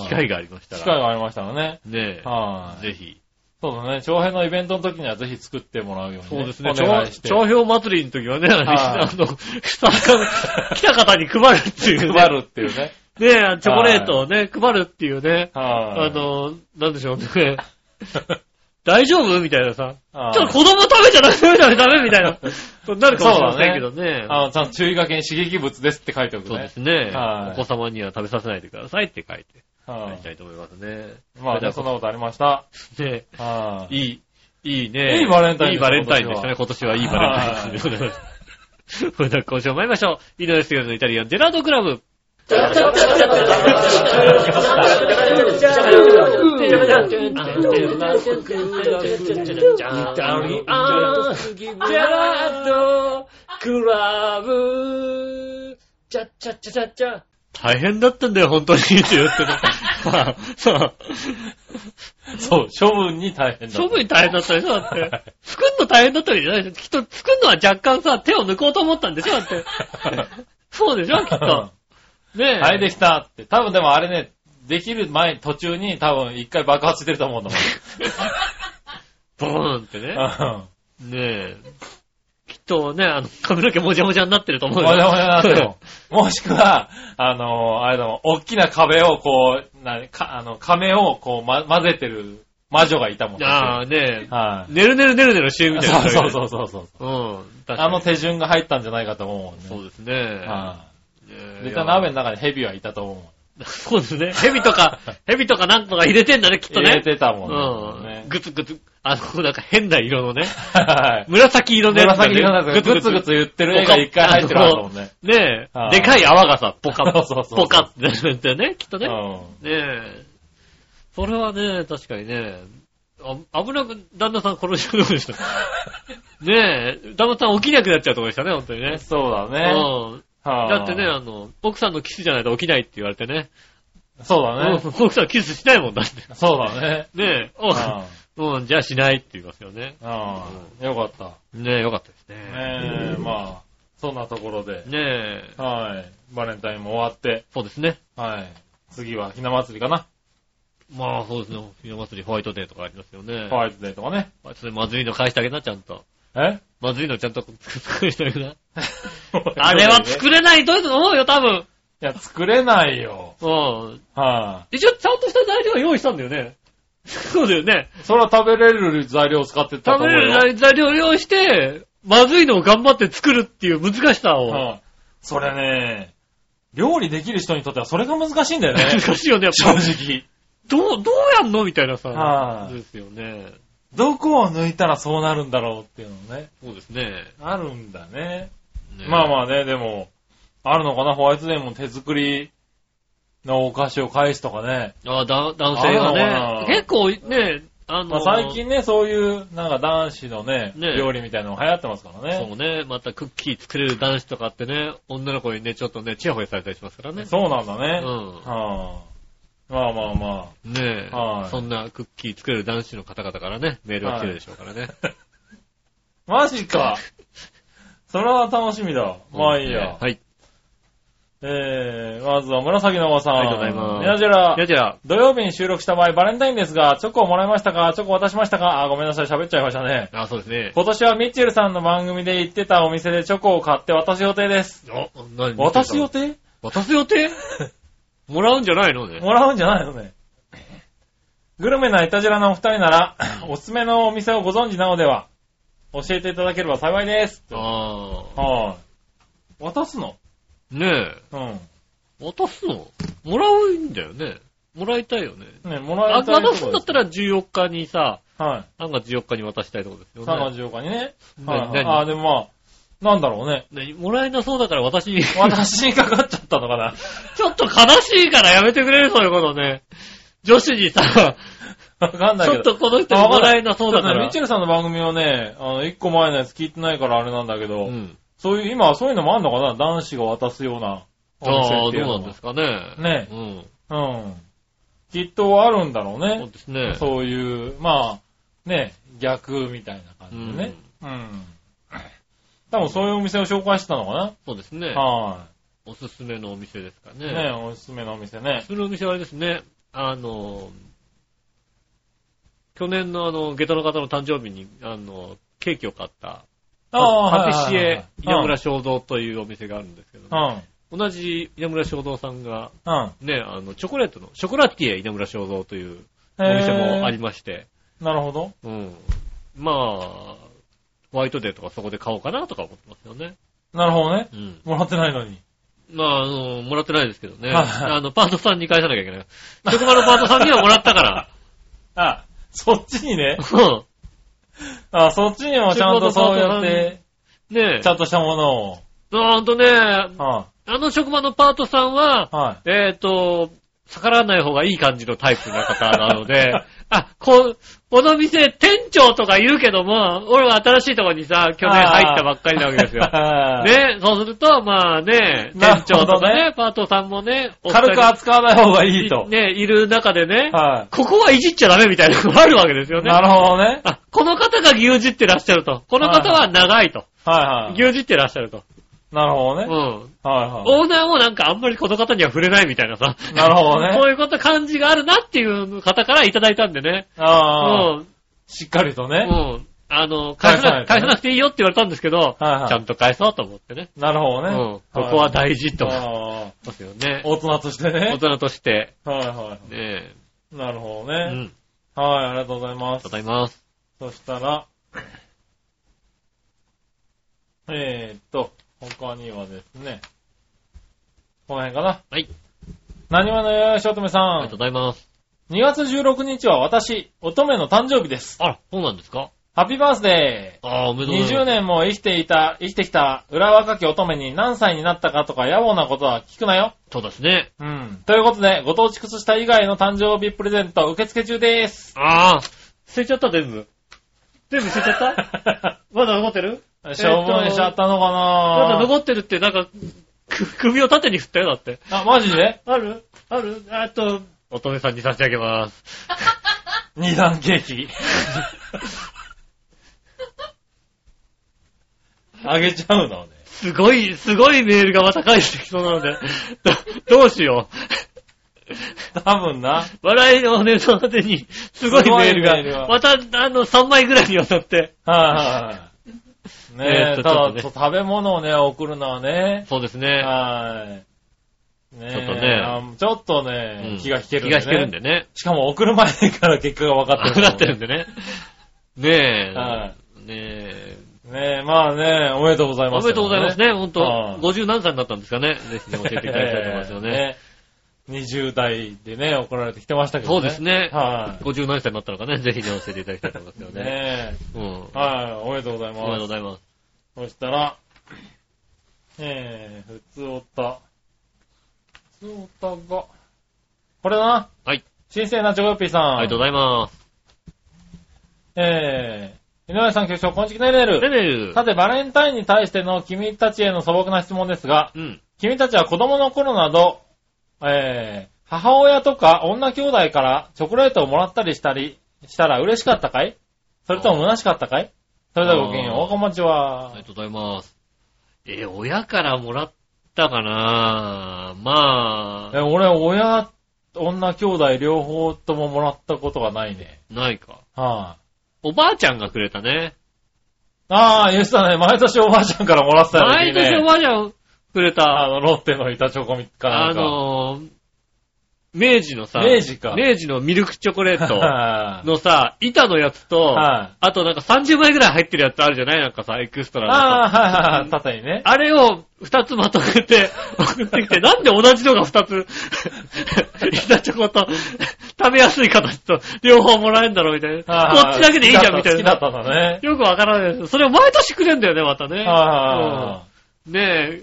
S2: 機
S3: い。
S2: 会がありました
S3: 機
S2: ら。
S3: 会がありましたらね。
S2: ね
S3: は
S2: え、
S3: い。
S2: ぜひ。
S3: そうだね。長編のイベントの時にはぜひ作ってもらうように、
S2: そうですね。
S3: お願いして。
S2: 長票祭りの時はね、
S3: はい
S2: あの、参加来た方に配るっていうね。
S3: 配るっていうね。
S2: ねえ、チョコレートをね、配るっていうね。
S3: は
S2: あ
S3: い。
S2: の、なんでしょうね。 大丈夫みたいなさ。
S3: はい、
S2: ちょっと子供食べちゃダメダメダメみたいな。なるかもしれませんけどね。
S3: あの、ちゃんと注意書きに刺激物ですって書いておく
S2: そうで
S3: ね。
S2: すね。
S3: はい
S2: お子様には食べさせないでくださいって書いて、
S3: は
S2: やり
S3: い。
S2: たいと思いますね。
S3: まあね、そんなことありました。
S2: で、
S3: はい。
S2: いい、いいね。
S3: いいバレンタイン
S2: いいバレンタインでしたね。今年はいいバレンタインでしたね。それでは今週も参りましょう。井上杉のイタリアンジェラードクラブ。大変だったんだよ、本当に。って言ってた。そう。
S3: そう、処分に大変だ。
S2: 処分に大変だったでしょ、だって。作るの大変だったわけじゃないでしょ。きっと作るのは若干さ、手を抜こうと思ったんでしょ、だって。そうでしょ、きっと。ねえ。
S3: はい、できたって。多分でもあれね、できる前、途中に多分一回爆発してると思うんだ
S2: ボーンってね。
S3: もん。うん
S2: ねえ。きっとね、あの、髪の毛もじゃもじゃになってると思うよ
S3: もじゃもじゃになっても。もしくは、あのーあれだもん、大きな壁をこう、なに、か、あの、亀をこう、ま、混ぜてる魔女がいたもん。
S2: ああ、ね
S3: は
S2: え。ねるねるねるねるシーンみ
S3: い。
S2: たいな。
S3: そうそうそうそ
S2: う。
S3: う。
S2: うん。確か
S3: あ
S2: に
S3: の手順が入ったんじゃないかと思うも
S2: そ
S3: んね。
S2: うですね。
S3: は
S2: ね
S3: い。
S2: え
S3: 絶対鍋の中に蛇はいたと思うもん。
S2: そうですね。蛇と か、蛇とかなんとか入れてんだね、きっと
S3: 入れ
S2: ね。
S3: てた
S2: う
S3: もんね。
S2: ん。ぐつぐつ、あの、なんか変な色のね。
S3: はい。
S2: 紫色のやつが
S3: 紫
S2: ね。
S3: 色なんですけど、グツグツ言ってる絵が一回入ってるはずだもんね。
S2: ね
S3: は
S2: え、
S3: い
S2: でかい泡がさ、ポカ
S3: そうそうそうそう
S2: ポカってなるんだよね、きっとね。ね
S3: うん。
S2: え。それはね、確かにね、あ危なく、旦那さん殺しちゃうとこ でした。ねえ、旦那さん起きなくなっちゃうとこでしたね、本当にね。
S3: そうだ
S2: う
S3: ね。
S2: ん。
S3: はあ
S2: だってね、あの、奥さんのキスじゃないと起きないって言われてね。
S3: そう
S2: う
S3: だ
S2: ん
S3: ね。
S2: 奥さんキスしないもんだって。
S3: そうだね。
S2: ねえ、おうん、じゃあしないって言いますよね。
S3: うん。よかった。
S2: ねえ、よかったですね。
S3: ねえ、まあ、そんなところで。
S2: ねえ、
S3: はい。バレンタインも終わって。
S2: そうですね。
S3: はい。次はひな祭りかな。
S2: まあそうですね、冬祭りホワイトデーとかありますよね。
S3: ホワイトデーとかね。
S2: まあそれまずいの返してあげな、ちゃんと。
S3: え
S2: まずいのちゃんと作ってあげな。あれは作れないと思うよ、多分。
S3: いや、作れないよ。
S2: うん。
S3: は
S2: 一応、ちゃんとした材料は用意したんだよね。 そうだよね。
S3: い。それは食べれる材料を使ってた
S2: 食
S3: と
S2: べ
S3: 思うよ。
S2: れる材料を用意して、まずいのを頑張って作るっていう難しさを。
S3: はい。それね、料理できる人にとってはそれが難しい んだよね。
S2: 難しいよね、やっ
S3: 正
S2: ぱ。
S3: 直。
S2: どう、どうやんのみたいなさ
S3: は。い
S2: ですよね。
S3: どこを抜いたらそうなるんだろうっていうのね。
S2: そうですね。
S3: あるんだね。
S2: ね
S3: まあまあね、でも、あるのかな、ホワイトデーも手作りのお菓子を返すとかね。
S2: あだ男性が
S3: あるの
S2: ね
S3: か。な
S2: 結構ね、あの、
S3: まあ最近ね、そういう、なんか男子のね、
S2: ね
S3: 料理みたいなのが流行ってますから
S2: そ
S3: ね。
S2: うね、またクッキー作れる男子とかってね、女の子にね、ちょっとね、チヤホヤされたりしますからね。
S3: そうなんだね。
S2: うん
S3: はあ、まあまあま
S2: ねえ、
S3: はい
S2: そんなクッキー作れる男子の方々からね、メールが来てるでしょうからね。
S3: あ。マ ジか。それは楽しみだ。 まあいいや。
S2: はい。
S3: えー、まずは紫のおばさん。
S2: ありがとうございます
S3: ニャジェラ
S2: いや、じゃあ、
S3: 土曜日に収録した場合、バレンタインですが、チョコをもらいましたかチョコ渡しましたかあー、ごめんなさい、喋っちゃいましたね。
S2: あ、そうですね。
S3: 今年はミッチェルさんの番組で行ってたお店でチョコを買って渡す予定です。
S2: お、何
S3: 渡す予定
S2: 渡す予 定もらうんじゃないのね。
S3: もらうんじゃないのね。グルメなイタジラのお二人なら、 おすすめのお店をご存知なのでは、教えていただければ幸いです。
S2: ああ。
S3: はい。渡すの
S2: ね
S3: うん。
S2: え。渡すのもらうんだよね。もらいたいよね。
S3: ね、もら
S2: あ
S3: いたいとこ
S2: 渡
S3: です
S2: んだったら14日にさ、
S3: はい。
S2: 3月14日に渡したいとこですよ
S3: 3
S2: ね。
S3: 月14日にね。
S2: な
S3: はいはい。
S2: 何
S3: あー、でもまあ、なんだろうね。
S2: ねもらえなそうだから私に、 ち
S3: 私にかかっちゃったのかな。
S2: ょっと悲しいからやめてくれるそういうことね。女子にさ、
S3: わかんない
S2: ち
S3: け
S2: ょっ
S3: ど。
S2: とこの人
S3: あ
S2: に
S3: わ
S2: も
S3: かんな
S2: ら
S3: い
S2: えなそうだか
S3: ちょっとね
S2: ら
S3: ミッ。チェルさんの番組をね、あの、一個前のやつ聞いてないからあれなんだけど、
S2: うん。
S3: そういう、今はそういうのもあんのかな男子が渡すようなお
S2: あ
S3: 店
S2: あ、
S3: っ
S2: ど
S3: ていううの
S2: な
S3: は
S2: んですかね。
S3: ね
S2: うん。
S3: うん。きっとあるんだろう
S2: そう
S3: ね。
S2: ですね。
S3: そういう、まあ、ね、逆みたいな感じでね。うん。多分そういうお店を紹介してたのかな、
S2: そうですね。
S3: は
S2: おすすめのお店ですか
S3: い。ね、おすすめのお店ね。
S2: そのお店はあれですね、あの、去年のあの、下駄の方の誕生日に、あの、ケーキを買った、パ
S3: ー
S2: ティシ
S3: はいはいはい
S2: エ、稲村正蔵というお店があるんですけど、同じ稲村正蔵さんが、
S3: うん。うん。
S2: ね、あの、チョコレートの、ショコラティエ稲村正蔵というお
S3: へー
S2: 店もありまして、
S3: なるほど。
S2: うん。まあ、ホワイトデーとかそこで買おうかなとか思ってますよね。
S3: なるほどね。
S2: うん。
S3: もらってないのに。
S2: まあ、あの、もらってないですけどね。
S3: はいはい
S2: あの、パートさんに返さなきゃいけない。職場のパートさんにはもらった から。
S3: あ、そっちにね。
S2: うん。
S3: あ、そっちにもちゃんとそうやって、
S2: ねえ。
S3: ちゃんとしたものを。
S2: ほんとね、あ
S3: は
S2: の職場のパートさんは、
S3: い。は
S2: えっ、と、逆らわない方がいい感じのタイプな方なの で、あ、こう、この店店長とか言うけども、俺は新しいとこにさ、去年入ったばっかりなわけです
S3: い。
S2: よ。ね、そうすると、まあね、
S3: なる
S2: 店
S3: ほど
S2: 長と
S3: ね
S2: かね、パートさんもね、お二人
S3: 軽く扱わない方がいいと。
S2: ね、いる中でね、
S3: は
S2: ここはいじっちゃダメみたいなのがあるわけですよ
S3: い。
S2: ね。
S3: なるほどね。
S2: あ、この方が牛耳ってらっしゃると。この方は長いと。
S3: はいはい
S2: 牛。耳ってらっしゃると。
S3: なるほど
S2: う
S3: ね。
S2: ん。
S3: はいは
S2: オーナーもなんかあんまりこの方には触れないみたいなさ。
S3: い。なるほど
S2: こ
S3: ね。
S2: ういうこと感じがあるなっていう方からいただいたんでね。う
S3: ああ、
S2: ん。
S3: しっかりと
S2: う
S3: ね。
S2: ん。あの、返さな
S3: 返さないとね
S2: 返さなくていいよって言われたんですけど、ち
S3: はいはい
S2: ゃんと返そうと思ってね。
S3: なるほ
S2: う
S3: ど
S2: ん
S3: ね。。
S2: ここは大事と
S3: あ
S2: 思い
S3: ー
S2: ますよね。
S3: 大人として
S2: 大
S3: ね。
S2: 人として。
S3: はいは
S2: ね
S3: い。なるほど
S2: え。う
S3: ね。
S2: ん。
S3: はい、ありがとうございます
S2: た。だいます。
S3: そしたら、 えーっと、他にはですね、この辺かな。
S2: はい。
S3: 何話のよよしおとめさ
S2: ありがとうんご。ざいます。
S3: 2月16日は私、乙女の誕生日です。
S2: あら、そうなんですか
S3: ハッピーバースデー。
S2: ああ、おめでとうござい
S3: 20
S2: ます。
S3: 年も生きていた、生きてきた裏若き乙女に何歳になったかとか野暮なことは聞くなよ。
S2: そうですね。
S3: うん。ということで、ご当地靴下以外の誕生日プレゼント受付中です。
S2: ああ、捨てちゃった、全部。全部捨てちゃった まだ残ってる
S3: しょうもにしちゃったの
S2: ま
S3: か
S2: だ
S3: な
S2: 残ってるって、なんか、く首を縦に振ったよ、だって。
S3: あ、マジで
S2: あるあるあえっと、乙女さんに差し上げ ます。
S3: 二段ケーキ。あげちゃうのね。
S2: すごい、すごいメールがまた返してきそうなので、どどうしよ
S3: 多分な。
S2: う。笑いのお姉さん宛てに、すごいメール
S3: すごいメール
S2: が、
S3: が
S2: また、あの、3枚ぐらいにわたって。
S3: はいはいはい。
S2: えー
S3: ね
S2: っ
S3: え、
S2: と
S3: ただ、
S2: ちょっとね
S3: 食べ物をね、送るのはね。
S2: そうですね。
S3: はい。ねえ
S2: ちょっとね
S3: あちょっと
S2: う
S3: ね
S2: ん、
S3: 気が引ける
S2: 気が引けるんでね。
S3: しかも送る前から結果が分かってる、
S2: なってるんでね。ねえ。
S3: は
S2: ねえ。
S3: ねえ、まあね、おめでとうございま
S2: お
S3: す、
S2: めでとうございます。ね、ほんと
S3: はい。
S2: 50何歳になったんですかね。ぜひね教えていただきたいと思いますよね。
S3: ね。20代でね、怒られてきてましたけど
S2: そ
S3: ね。
S2: うです。ね。
S3: はい
S2: 50何歳になったのかね、ぜひね、教えていただきたいと思いますよね。
S3: ね
S2: うん。
S3: え。はい、おめでとうござい
S2: おめでとうご
S3: ます。
S2: ざいます。
S3: そしたら、えー、普通おった。普通おったが、これだな。
S2: はい。
S3: 新鮮なチョコヨッピーさん。
S2: ありがとう
S3: う
S2: ございます。
S3: えー、井上さん局長、こんちきねるねる
S2: レ。ベル。
S3: さて、バレンタインに対しての君たちへの素朴な質問ですが、
S2: うん。
S3: 君たちは子供の頃など、えー、母親とか女兄弟からチョコレートをもらったりしたりしたら嬉しかったかいそれとも虚しかったかいそれではごきげんよう、
S2: あー
S3: おこまちは
S2: あり。がとうございます。えー、親からもらったかなま
S3: え、
S2: あ、
S3: 俺、親、女兄弟両方とももらったことがないね。
S2: ないか。
S3: はい、
S2: おばあちゃんがくれたね。
S3: あ。あー、言ってたね。毎年おばあちゃんからもらってたよね。
S2: 毎年おばあちゃんくれ
S3: あ
S2: た、
S3: の、ロッテの板チョコみかな
S2: あ
S3: んか。
S2: のー、明治のさ、
S3: 明治か
S2: 明治のミルクチョコレー ト
S3: はい
S2: のさ、板のやつと、
S3: はい
S2: あとなんか30枚ぐらい入ってるやつあるじゃないなんかさ、エクストラのさ。
S3: ああ、はいはいはい。縦にね。
S2: あれを二つまとめて送ってきて、なんで同じのが二つ、板チョコと、食べやすい形と、両方もらえるんだろうみたい
S3: は
S2: な。こ
S3: は
S2: っちだけでいいじゃんみたい
S3: 好きだっ
S2: な。
S3: た好きだったんだね。
S2: よくわからないです。それを毎年くれんだよね、またね。
S3: あ
S2: うんねえ、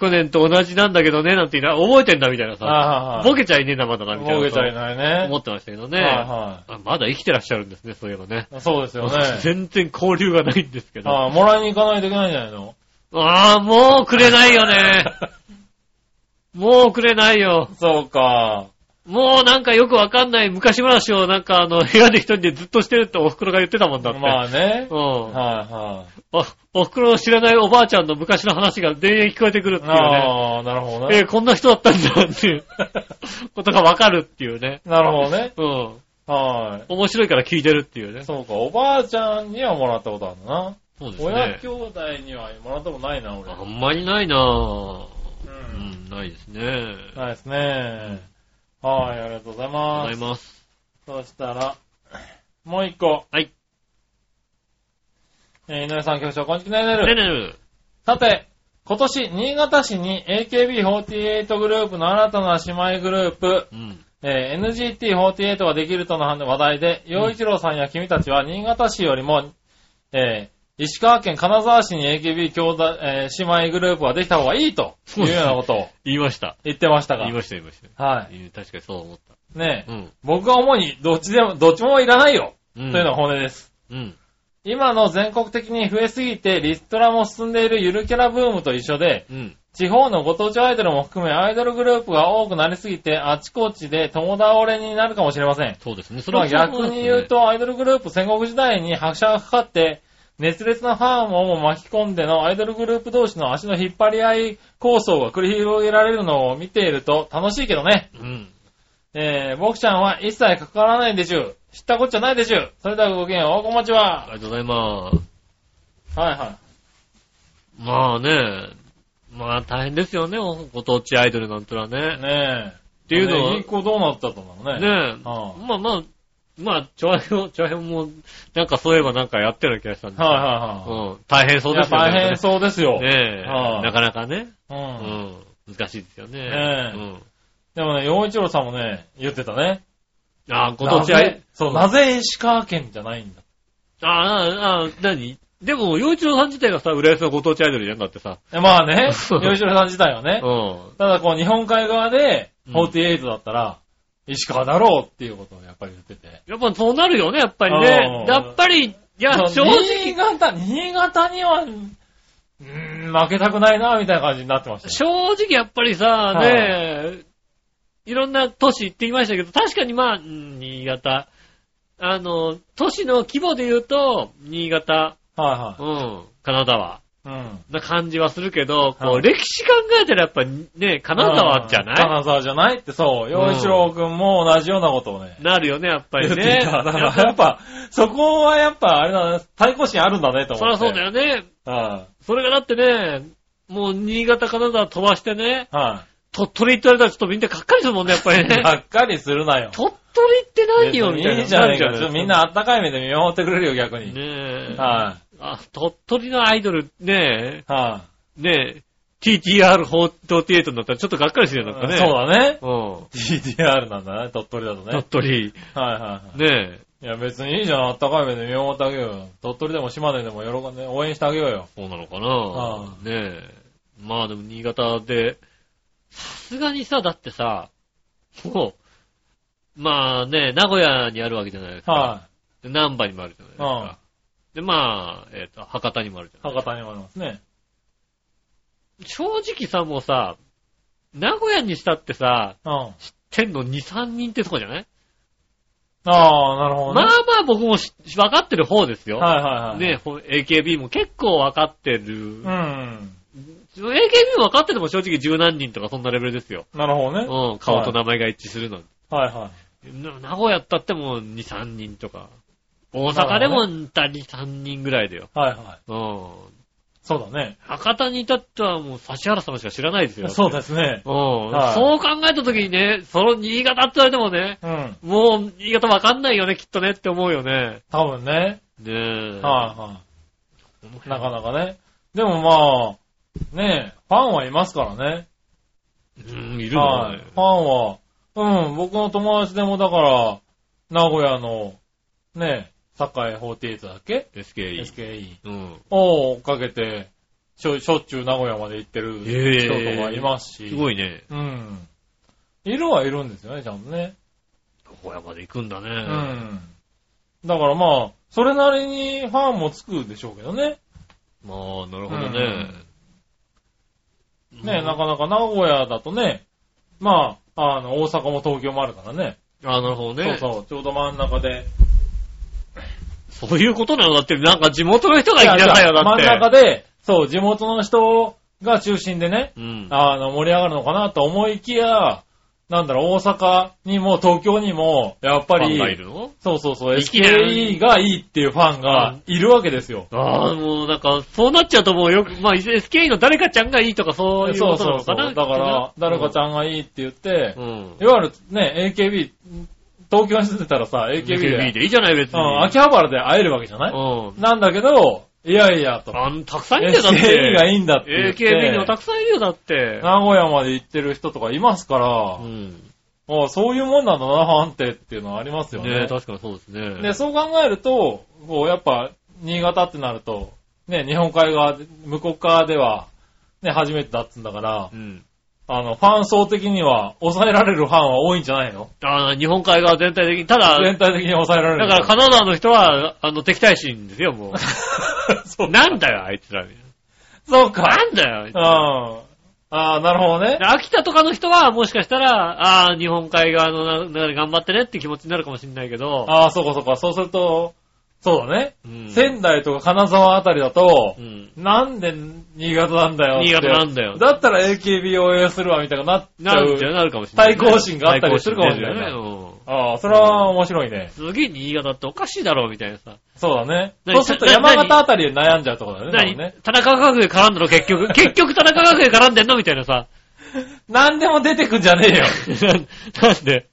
S2: 去年と同じなんだけどね、なんて言うな、覚えてんだみたいな
S3: あ、あ
S2: さ。
S3: あ、
S2: ボケちゃいねえな、まだな、みたいな。
S3: ボケちゃいないね。
S2: 思ってましたけどね。
S3: は
S2: あまだ生きてらっしゃるんですね、そういえばね。
S3: いはい。そうですよ ね。
S2: 全然交流がないんですけど。
S3: ああ、もらいに行かないといけないんじゃないの
S2: ああ、もうくれないよね。もうくれないよ。
S3: そうか。
S2: もうなんかよくわかんない昔話をなんかあの部屋で一人でずっとしてるってお袋が言ってたもんだって。
S3: まあね
S2: う。
S3: はい
S2: ん。
S3: は
S2: お、お袋の知らないおばあちゃんの昔の話が全員聞こえてくるっ
S3: い。
S2: ていうね。
S3: ああ、なるほど
S2: え
S3: ね。
S2: ーこんな人だったんだっていう ことがわかるっていうね。
S3: なるほどね。
S2: うん。
S3: は
S2: 面白いから聞いてるっていうね
S3: い。。そうか、おばあちゃんにはもらったことあるな。
S2: そうです
S3: 親
S2: ね
S3: 兄。弟にはもらったことないな、俺。
S2: あんまりないなぁ。
S3: う。
S2: うんん、ないですね。
S3: ないですね。はい、ありがとうござい
S2: あ
S3: ま
S2: りがとうござい
S3: す。
S2: ます。
S3: そしたら、もう一個。
S2: はい。
S3: えー、井上さん、局長、こんにちは。ねる
S2: ねねる。
S3: さて、今年、新潟市に AKB48 グループの新たな姉妹グループ、
S2: うん。
S3: えー NGT48 ができるとの話題で、洋一郎さんや君たちは新潟市よりも、えー石川県金沢市に AKB 兄弟、えー姉妹グループはできた方がいいというようなことを
S2: 言いました。
S3: 言ってましたが
S2: 言い。ました、言いました。
S3: はい。
S2: いい確かにそう思った。
S3: ねえ、
S2: うん。
S3: 僕は主にどっちでも、どっちもいらないよ、
S2: とい
S3: というのが本音です。
S2: うん。
S3: 今の全国的に増えすぎてリストラも進んでいるゆるキャラブームと一緒で、
S2: うん。
S3: 地方のご当地アイドルも含めアイドルグループが多くなりすぎてあちこちで友倒れになるかもしれません。
S2: そうですね。それ
S3: ま
S2: は
S3: あ逆に言う、とアイドルグループ戦国時代に拍車がかかって熱烈なファンをも巻き込んでのアイドルグループ同士の足の引っ張り合い構想が繰り広げられるのを見ていると楽しいけどね。
S2: うん。
S3: えー、僕ちゃんは一切関わらないでしゅ。知ったこっちゃないでしゅ。それではごきげんよう、おこまち
S2: あり
S3: は。
S2: がとうございます。
S3: はいはい。
S2: まあね、まあ大変ですよね、ご当地アイドルなんてのはね。
S3: ねえ。って
S2: いうのは
S3: 銀行どうなったんだろうね。
S2: ねえ。
S3: は
S2: まあまあ、まあ、長編、長編も、なんかそういえばなんかやってるような気がしたんです
S3: いはいは
S2: うん。大変
S3: い。
S2: そう
S3: い
S2: で
S3: や、
S2: すよね。
S3: 大変そうですよ。
S2: ねえ。
S3: はい
S2: なかなかね。
S3: う。
S2: うんん。難しいですよね。
S3: ねえ
S2: うん。
S3: でもね、洋一郎さんもね、言ってたね。
S2: ああ、ご当地アイ
S3: なぜそう、なぜ石川県じゃないんだ。
S2: ああ、ああ、何でも、洋一郎さん自体がさ、浦安のご当地アイドルじゃんだってさ。
S3: えまあ ね、
S2: そう
S3: 洋一郎さん自体は
S2: う
S3: ね。
S2: ん。
S3: ただこう、日本海側で
S2: うん
S3: 48だったら、石川だろうっていうことをやっぱり言ってて。
S2: やっぱそうなるよね、やっぱりね。
S3: あ
S2: や
S3: ー
S2: っぱり、いや、正
S3: そう
S2: 直
S3: 新、潟、新潟には、うーん、負けたくないな、みたいな感じになってましたよ。
S2: 正直やっぱりさ、
S3: い
S2: ねいろんな都市行ってきましたけど、確かにまあ、うん新潟。あの、都市の規模で言うと、新潟、
S3: は
S2: うん、金沢
S3: いはい。うん。
S2: な感じはするけど、こ
S3: は
S2: う、
S3: い
S2: 歴史考えたらやっぱね、金沢じゃな
S3: 金沢じゃないってそう。洋一郎くんも同じようなことをね
S2: い。なるよね、やっぱり
S3: 言って
S2: ね。
S3: ただからやっぱ、そこはやっぱ、あれだね、対抗心あるんだねと
S2: そり
S3: 思
S2: ゃ
S3: って。
S2: そうだよね。
S3: うん。はい、
S2: それがだってね、もう新潟、金沢飛ばしてね、鳥取行って言われたらちょっとみんながっかりするもんね、やっぱ りね。
S3: がっかりするなよ。
S2: 鳥取って何よ、みたいな。
S3: いいじゃねえかよ。ちょっとみんな
S2: あ
S3: あったかい目で見守ってくれるよ、逆
S2: ね
S3: に。
S2: え。
S3: は
S2: あ、鳥取のアイドル、ね
S3: い。は
S2: え、ねえ、TTR48 になったらちょっとがっかりするよ
S3: い。
S2: う
S3: そ
S2: にな
S3: う
S2: ったね。
S3: だね。
S2: うん。
S3: TTR なんだね、鳥取だとね。は
S2: 鳥
S3: い
S2: 取。
S3: は
S2: ねえ。
S3: い。いや、別にいいじゃん。あったかい目で見守ってあげようよ。鳥取でも島根でも喜んで応援してあげようよ。
S2: そうなのか
S3: あ
S2: なねえ。まあでも新潟で、さすがにさ、だってさ、もう、まあね、名古屋にあるわけじゃないですか。
S3: は
S2: で、南波にもあるじゃないですか。で、まあ、えっ、と、博多にもあるじ
S3: い。
S2: ゃない
S3: 博多にもありますね。
S2: 正直さ、もうさ、名古屋にしたってさ、
S3: うん。あ
S2: 天の2、3人ってとこじゃない
S3: あ、なるほど
S2: まあ
S3: ね。
S2: まあ僕もし分かってる方ですよ。
S3: はいはいはい。
S2: ね、ほ AKB も結構分かってる。
S3: うん。
S2: AKB も分かってても正直十何人とかそんなレベルですよ。
S3: なるほどね。
S2: うん、顔と名前が一致するの。
S3: はいは
S2: な名古屋だってもう2、3人とか。大阪でも2、3人ぐらいだよ。
S3: い。はいはい。
S2: うん。
S3: そうだね。
S2: 博多に至ってはもう指原さんしか知らないですよ。
S3: そうですね。
S2: うん、
S3: はい
S2: そう考えたときにね、その新潟って言われてもね、
S3: うん。
S2: もう新潟わかんないよね、きっとねって思うよね。
S3: 多分ね。
S2: ねえ。
S3: はいいはい。なかなかね。でもまあ、ねえ、ファンはいますからね。
S2: うん、いるの
S3: は
S2: ね
S3: い。ファンは、うん、僕の友達でもだから、名古屋の、ねえ、堺48だっけ
S2: SKE。
S3: ?SKE
S2: うん。
S3: を追っかけて、しょしょっちゅう名古屋まで行ってる人とかいますし。
S2: すごいね。
S3: うん。いるはいるんですよね、ちゃんとね。
S2: 名古屋まで行くんだね。
S3: うん。だからまあ、それなりにファンもつくでしょうけどね。
S2: まあ、なるほどね。
S3: ね、
S2: うん
S3: なかなか名古屋だとね、まあ、あの、大阪も東京もあるからね。
S2: あなるほどね。
S3: そうそう、ちょうど真ん中で。
S2: そういうことなのだって、なんか地元の人が行きなさいよ、だって。
S3: 真ん中で、そう、地元の人が中心でね、
S2: うん。
S3: あの、盛り上がるのかなと思いきや、なんだろう、大阪にも東京にも、やっぱ
S2: ファンがい
S3: り、
S2: るの
S3: そうそうそう、
S2: いきな
S3: SKE
S2: り
S3: がいいっていうファンがいるわけですよ。
S2: ああ、もうなんか、そうなっちゃうともうよく、まあ、SKE の誰かちゃんがいいとかそういう
S3: そ
S2: こ
S3: う
S2: とな
S3: そう
S2: の
S3: そ
S2: か
S3: う。
S2: な
S3: だから、誰かち
S2: ゃ
S3: ゃんがいいって言って
S2: う、ん。
S3: いわゆるね、AKB、東京に住んでたらさ、AKB で
S2: AKB でいいじゃない別
S3: う
S2: に。
S3: ん、秋葉原で会えるわけじゃ
S2: う
S3: ない
S2: ん。
S3: なんだけど、いやいやと。
S2: あの、たくさんいるよ、だって
S3: AKB がいいんだって言って。
S2: AKB にもたくさんいるよ、だって。
S3: 名古屋まで行ってる人とかいますから
S2: う、ん。
S3: あそういうもんなんだな、ファンってっていうのはありますよ
S2: ね
S3: ね。
S2: 確かにそうですね。
S3: で、そう考えると、こう、やっぱ、新潟ってなると、ね、日本海側で、向こう側では、ね、初めてだっつんだから
S2: う、ん。
S3: あの、ファン層的には、抑えられるファンは多いんじゃないの
S2: あー日本海側全体的に、ただ、
S3: 全体的に抑えられ
S2: だ
S3: る。
S2: からカナダの人は、あの、敵対心ですよ、も。
S3: そう
S2: なんだよ、あいつら。みたい
S3: そうか。
S2: ななんだよ、あいつ
S3: うん。
S2: ら
S3: ああ、なるほどね
S2: で。秋田とかの人は、もしかしたら、ああー、日本海側の中で頑張ってねって気持ちになるかもしれないけど、
S3: ああ、そうかそうか。そうすると、そうだね。
S2: うん
S3: 仙台とか金沢あたりだと
S2: う、ん。
S3: なんで新潟なんだよって。
S2: 新潟なんだよ
S3: だったら AKB 応援するわ、みたいになっち
S2: な
S3: ゃ
S2: る
S3: う。
S2: ってなるかもしれないね。
S3: 対抗心があったりするかもしれない
S2: 対抗心ねうん
S3: ああ、それは面白いね。
S2: すげえ新潟っておかしいだろ、みたいなさ。
S3: そうだね。
S2: 何
S3: そうすると山形あたりで悩んじゃうとこだよね。多
S2: 何
S3: 分ね。
S2: 田中学園絡んだの結 局。結局田中学園絡んでんのみたいなさ。
S3: なんでも出てくんじゃねえよ。
S2: なんで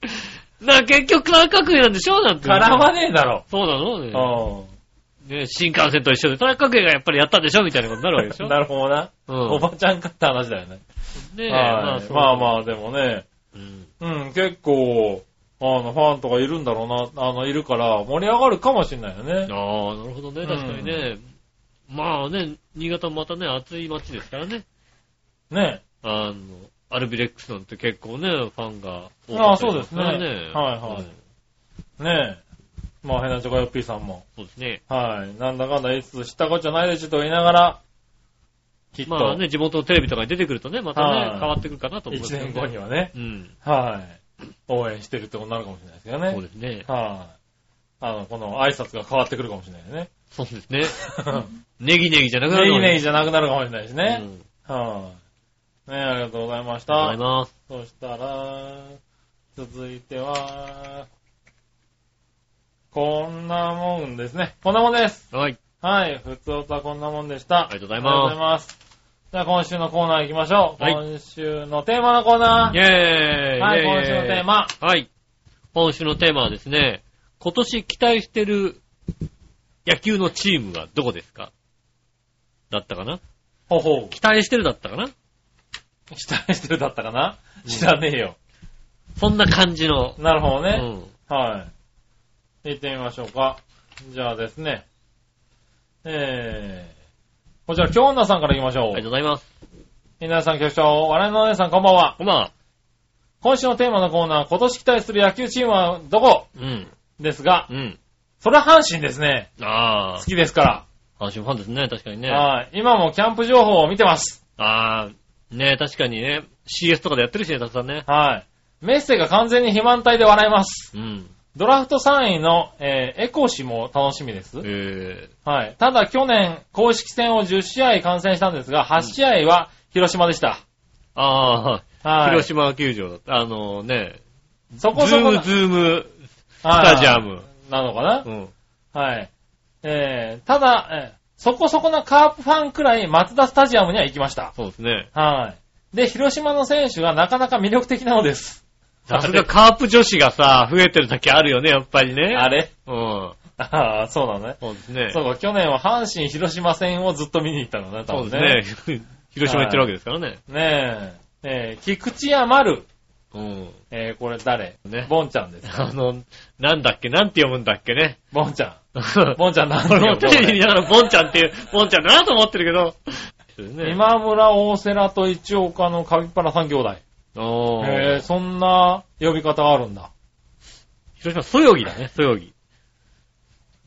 S2: な、結局田中学園なんでしょなんて。
S3: 絡まねえだろ。
S2: そうなのね
S3: う
S2: ね新幹線と一緒で田中学園がやっぱりやったんでしょみたいなことになるわけでしょ
S3: ん。なるほどな。
S2: うん。
S3: おばちゃんかって話だよね。
S2: ねえ、
S3: はい
S2: そう
S3: まあまあ、でもね。
S2: うん
S3: うん、結構、あの、ファンとかいるんだろうな、あの、いるから、盛り上がるかもしれないよね。
S2: ああ、なるほどね。確かにね。まあね、新潟もまたね、暑い街ですからね。
S3: ね。
S2: あの、アルビレックスなんて結構ね、ファンが多
S3: あ
S2: か
S3: あ
S2: った
S3: そう
S2: り
S3: ですす
S2: か
S3: ね
S2: らね。
S3: はいはい
S2: うん
S3: ねえ。まあ、ヘナチョコヨッピーさんも。
S2: そうですね。
S3: はい。なんだかんだ言いつつ、知ったことじゃないでちょっと言いながら、きっと、
S2: まあね、地元のテレビとかに出てくるとね、またね
S3: は、い
S2: 変わってくるかなと思うんです
S3: 1
S2: けど
S3: 年後にはね、
S2: うん。
S3: はい。応援してるってことになるかもしれないですよね。
S2: そうですね。
S3: はい。あの、この挨拶が変わってくるかもしれないよね。
S2: そうですね。ネギネギじゃなくな
S3: ネ
S2: る
S3: ギネギ
S2: ギ
S3: じゃなくなるかもしれないし
S2: ね。う
S3: ね。
S2: ん
S3: はい。ねえ、ありがとうございまし
S2: あ
S3: た
S2: りがとうござい。ます。
S3: そしたら、続いては、こんなもんですね。こんなもんです。
S2: はい。
S3: はい。普通とはこんなもんでした。
S2: ありがとうございます
S3: ありがとうございます。じゃあ今週のコーナー行きましょう。
S2: はい
S3: 今週のテーマのコーナ
S2: イェーイ
S3: ー。は
S2: イ
S3: い、
S2: ェーイ
S3: 今週のテー。マ。
S2: はい。今週のテーマはですね、今年期待してる野球のチームはどこですかだったかな
S3: ほほ う。
S2: 期待してるだったかな
S3: 期待してるだったかな知らねえよ。
S2: そんな感じの。
S3: なるほど
S2: う
S3: ね。
S2: ん。
S3: はい。行ってみましょうか。じゃあですね。えー、こちら、京女さんから行きましょ
S2: ありがとう
S3: う。
S2: ございます。
S3: 皆さん、局長、我々のお姉さん、こんばんは。
S2: こんばんは。
S3: 今週のテーマのコーナー、今年期待する野球チームはどこ
S2: うん。
S3: ですが、
S2: うん。
S3: それは阪神ですね。
S2: あ
S3: 好きですか
S2: あ、阪神ファンですね、確かにね。
S3: ら。はい。今もキャンプ情報を見てます。
S2: ああ、ねえ、確かにね、CS とかでやってるしね、たくさんね。
S3: はい。メッセが完全に肥満体で笑います。
S2: うん。
S3: ドラフト3位の、えーエコ氏も楽しみです。
S2: え
S3: はい。ただ去年、公式戦を10試合観戦したんですが、8試合は広島でした。
S2: ー、ああ、
S3: はい。
S2: 広島球場だった。あのね、
S3: そこ
S2: ズ
S3: そ
S2: ー
S3: こ
S2: ム
S3: な、
S2: ズーム
S3: ス
S2: スタジア。ム。
S3: なのかな、
S2: うん。
S3: はい。えー、ただ、えーそこそこなカープファンくらい松田スタジアムには行きました。
S2: そうですね。
S3: はい。で、広島の選手がなかなか魅力的なのです。
S2: さすがカープ女子がさ、増えてるだけあるよね、やっぱりね。
S3: あれ
S2: うん。
S3: ああ、そうなのね。
S2: そうですね。
S3: そうか、去年は阪神広島戦をずっと見に行ったのね、多
S2: そう
S3: 分ね。
S2: ですね。 広島行ってるわけですからね。
S3: ねえ。えー、菊池や丸。
S2: うん。
S3: えー、これ誰
S2: ね
S3: ボンちゃ んです。
S2: あの、なんだっけ、なんて読むんだっけ ね。
S3: ボンちゃん。
S2: ボ
S3: ボンちゃんなんだ
S2: 俺も
S3: よ、
S2: テレビ見ながらボンちゃんっていう、ボンちゃんだなと思ってるけど。そうですね
S3: 今村、大瀬良と一岡のカピパラ三兄弟。
S2: おー
S3: へえ、そんな呼び方があるんだ。
S2: 広島、そよぎだね、そよぎ。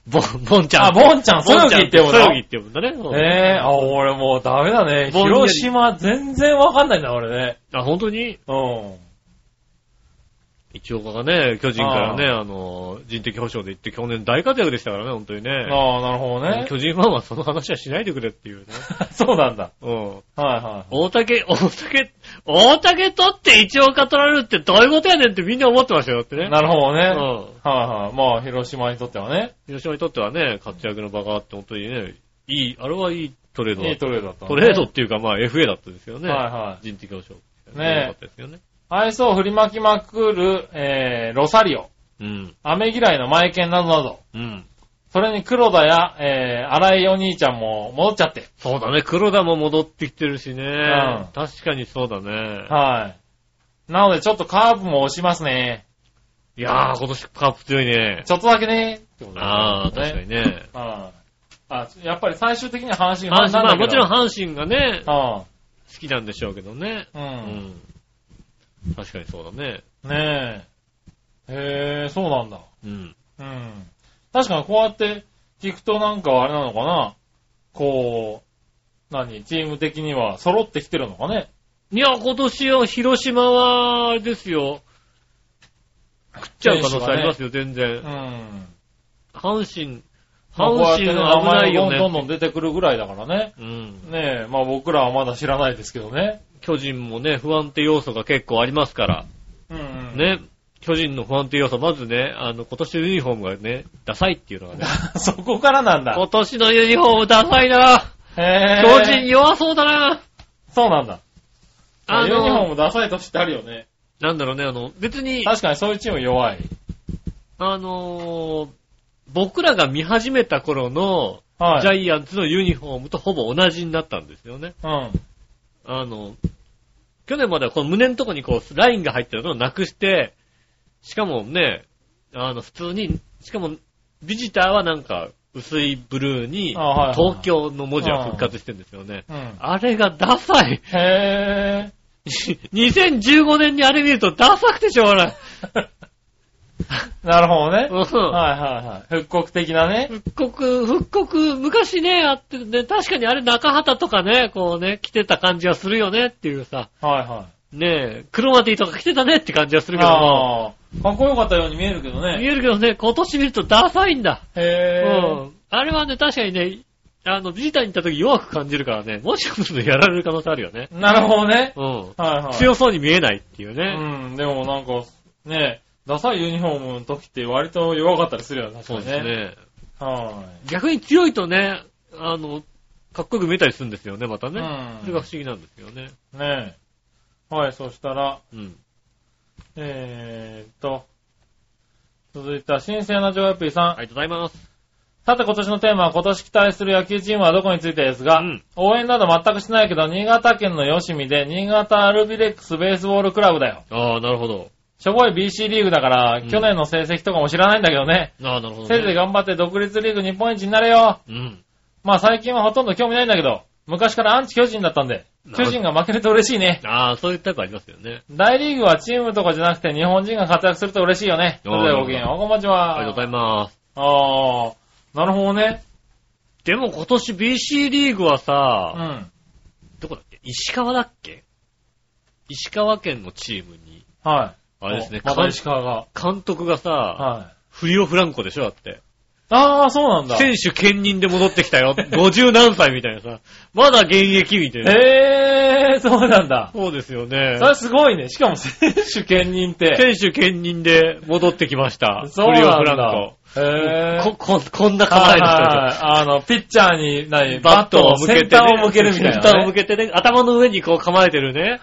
S2: ボン、ボンちゃん。
S3: あ、ボンちゃん、そよぎって呼ぶ
S2: そ
S3: の
S2: よぎって呼ぶんだね。そう
S3: ええあ、俺もうダメだね。
S2: ぼんやり
S3: 広島全然わかんないんだ、俺ね。
S2: あ、本当に
S3: うん。
S2: 一岡がね、巨人からね、あの、人的保障で行って去年大活躍でしたからね、本当にね。
S3: ああ、なるほどね。
S2: 巨人ファンはその話はしないでくれって いうね。
S3: そうなんだ。
S2: うん。
S3: はいは
S2: 大竹、大竹、大竹取って一岡取られるってどういうことやねんってみんな思ってましたよ、だってね。
S3: い。なるほど
S2: う
S3: ね。はい
S2: ん。
S3: はい。まあ、広島にとってはね、
S2: 広島にとってはね、活躍の場があって、本当にね、いい、あれはいいトレードだ
S3: いい
S2: った。
S3: トレードだったの
S2: ト
S3: ね、
S2: レードっていうか、まあ FA だったんですよね。
S3: はいはい。
S2: 人的保障。
S3: ねえ
S2: 良かったですよね。
S3: 愛想を振りまきまくる、えー、ロサリオ、
S2: うん。
S3: 雨嫌いの前剣などなど、
S2: うん。
S3: それに黒田や、えー、荒井お兄ちゃんも戻っちゃって、
S2: そうだね、黒田も戻ってきてるしね。
S3: ん
S2: 確かにそうだね。
S3: はい。なので、ちょっとカーブも押しますね。
S2: いやー、今年カープ強いね。
S3: ちょっとだけね。ってこと
S2: ああ、
S3: だ
S2: 確
S3: よ
S2: か
S3: ね
S2: にね。
S3: ああ、やっぱり最終的には阪神
S2: 阪神、まあもちろん
S3: 阪
S2: 阪神がね、
S3: あ
S2: 好きなんでしょうけどね。
S3: あ、
S2: う
S3: うん。
S2: ん。確かにそうだね。
S3: ねえ。へえ、そうなんだ。
S2: うん。
S3: うん。確かにこうやって聞くとなんかあれなのかな。こう、何、チーム的には揃ってきてるのかね。
S2: いや、今年は広島は、あれですよ。食っちゃう可能性ありますよ、全
S3: う
S2: 然。
S3: ん。
S2: 阪神、
S3: まあこう
S2: 阪
S3: や
S2: 神
S3: ってね
S2: 危ないよ
S3: 名前がどん
S2: ね。
S3: どんどん出てくるぐらいだからね。
S2: うん。
S3: ねえ、まあ僕らはまだ知らないですけどね。
S2: 巨人もね、不安定要素が結構ありますから。
S3: うん、うん。
S2: ね、巨人の不安定要素、まずね、あの、今年のユニフォームがね、ダサいっていうのが ね。
S3: そこからなんだ。
S2: 今年のユニフォームダサいな
S3: へえ。
S2: 巨人弱そうだな
S3: そうなんだ。
S2: あ
S3: ユニフォー
S2: の、
S3: ムダサい年ってあるよね。
S2: なんだろうね、あの、別に、
S3: 確かにそういうチーム弱い。
S2: あのー僕らが見始めた頃の、
S3: はい。
S2: ジャイアンツのユニフォームとほぼ同じになったんですよね。
S3: うん。
S2: あの、去年まではこの胸のとこにこう、ラインが入ってるのをなくして、しかもね、あの、普通に、しかも、ビジターはなんか、薄いブルーに、
S3: あはいはいはい
S2: 東京の文字が復活してるんですよね。
S3: うん。
S2: あれがダサい。
S3: へ
S2: 2015年にあれ見るとダサくてしょうがない。
S3: ぇー。なるほど ね。
S2: うん
S3: はいはいはい。復刻的なね。
S2: 復刻、復刻、昔ね、あってね、確かにあれ中畑とかね、こうね、着てた感じはするよねっていうさ、
S3: はいは
S2: ねえ、クロマティとか着てたねって感じはする
S3: い。
S2: けども、
S3: ああ。かっこよかったように見えるけど
S2: 見
S3: ね。
S2: えるけどね、今年見るとダサいんだ。う
S3: へぇ
S2: ん。あれはね、確かにね、あの、ビジターに行った時弱く感じるからね、もしかするとやられる可能性あるよね。
S3: ー。なるほどね。
S2: うん。
S3: はいはい。
S2: 強そうに見えないっていうね。
S3: うん。でもなんか、ねダサいユニフォームの時って割と弱かったりするよね。確か
S2: そう
S3: に
S2: です
S3: ね。
S2: ね。
S3: は
S2: 逆に強いとね、あの、かっこよく見えたりするんですよね、またね。
S3: うん
S2: それが不思議なんですよね。
S3: ねえ。はい、そしたら、
S2: うん。
S3: えーっと、続いては、新鮮なジョーヤピーさん。
S2: ありがとうございます。
S3: さて今年のテーマは今年期待する野球チームはどこについてですが、
S2: うん
S3: 応援など全くしないけど、新潟県の吉見で、新潟アルビレックスベースボールクラブだよ。
S2: ああ、なるほど。
S3: しょぼい BC リーグだから、
S2: うん
S3: 去年の成績とかも知らないんだけどね。
S2: ああ、なるほど、ね。
S3: せいぜい頑張って独立リーグ日本一になれよ。
S2: うん。
S3: まあ最近はほとんど興味ないんだけど、昔からアンチ巨人だったんで、
S2: なる
S3: 巨
S2: ほど
S3: 人が負けると嬉しいね。
S2: ああ、そういったありますよね。
S3: 大リーグはチームとかじゃなくて日本人が活躍すると嬉しいよね。
S2: お
S3: そ
S2: ー
S3: れではごきげんよう、おこんばんちは。
S2: ありがとうござい
S3: ま
S2: ます。
S3: す。あー、なるほどね。
S2: でも今年 BC リーグはさ、
S3: うん。
S2: どこだっけ石川だっけ石川県のチームに、
S3: はい。
S2: あれですね、
S3: おまた石川が。
S2: 監監督がさ、
S3: はい。
S2: フリオ・フランコでしょだって。
S3: ああ、そうなんだ。
S2: 選手兼任で戻ってきたよ。50何歳みたいなさ。まだ現役みたいな。
S3: へえー、そうなんだ。
S2: そうですよね
S3: そ。れすごいね。しかも選手兼任って。
S2: 選手兼任で戻ってきました。
S3: そうなん
S2: フリオ・
S3: だ。
S2: フラン
S3: へえー。
S2: コ。こ、こ、こんな構
S3: は
S2: え
S3: い
S2: の人
S3: は
S2: た
S3: いあの、ピッチャーに、何、
S2: ち。バットを向けて、ね。
S3: 先端を向けるみたいなね。
S2: 先端を向けてね。頭の上にこう構えてるね。
S3: はいは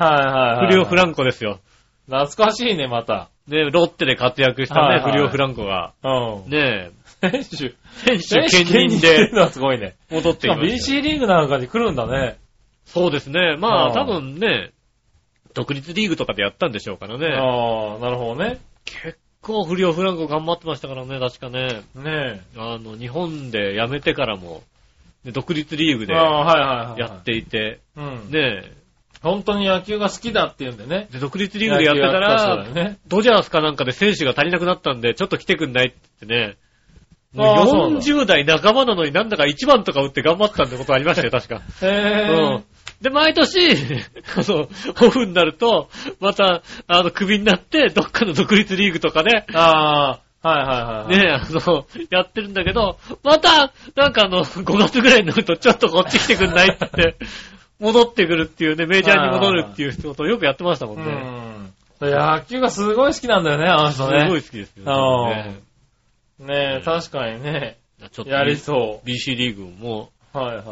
S3: いはい。
S2: フリオ・フランコですよ。
S3: 懐かしいね、また。
S2: で、ロッテで活躍したね、
S3: はいはい
S2: フリオ・フランコが。
S3: うん。
S2: ね
S3: 選手。
S2: え、選手兼
S3: 兼任
S2: 任
S3: っていう
S2: で
S3: のはすごいね。
S2: 戻って
S3: し
S2: き
S3: か
S2: ま
S3: も
S2: したよ。
S3: BC リーグなんかに来るんだね。
S2: そうですね。まあ、
S3: うん
S2: 多分ね、独立リーグとかでやったんでしょうからね。
S3: ああ、なるほどね。
S2: 結構不良フランコ頑張ってましたからね、確かね。
S3: ね
S2: あの、日本で辞めてからも、ね独立リーグ
S3: え。
S2: で
S3: ああ、はいはいはい。
S2: やっ。ていて、
S3: うん。
S2: ねえ
S3: 本当に野球が好きだっていうんでね。
S2: で、独立リーグでやってた
S3: 野球やってた
S2: ら、
S3: そうだよね
S2: ドジャースかなんかで選手が足りなくなったんで、ちょっと来てくんないってね、
S3: ああ
S2: もう40代半ばなのになんだか1番とか打って頑張ったってことありましたよ、確か。
S3: へ
S2: うん
S3: え。
S2: で、毎年、 あの、オフになると、また、あの、クビになって、どっかの独立リーグとかで、
S3: ああ、はいはいはいはい。
S2: ね、あの、やってるんだけど、また、なんかあの、5月ぐらいになると、ちょっとこっち来てくんないって 戻ってくるっていうね、メジャーに戻るっていう人とよくやってましたもん
S3: う
S2: ね。
S3: ん。野球がすごい好きなんだよね、あの
S2: す
S3: 人
S2: ご
S3: ね。
S2: い好きですよ
S3: あ
S2: ね。
S3: ねえ、確かにね。
S2: ねちょっと、
S3: やりそ
S2: BC リーグも、
S3: う。はいはい。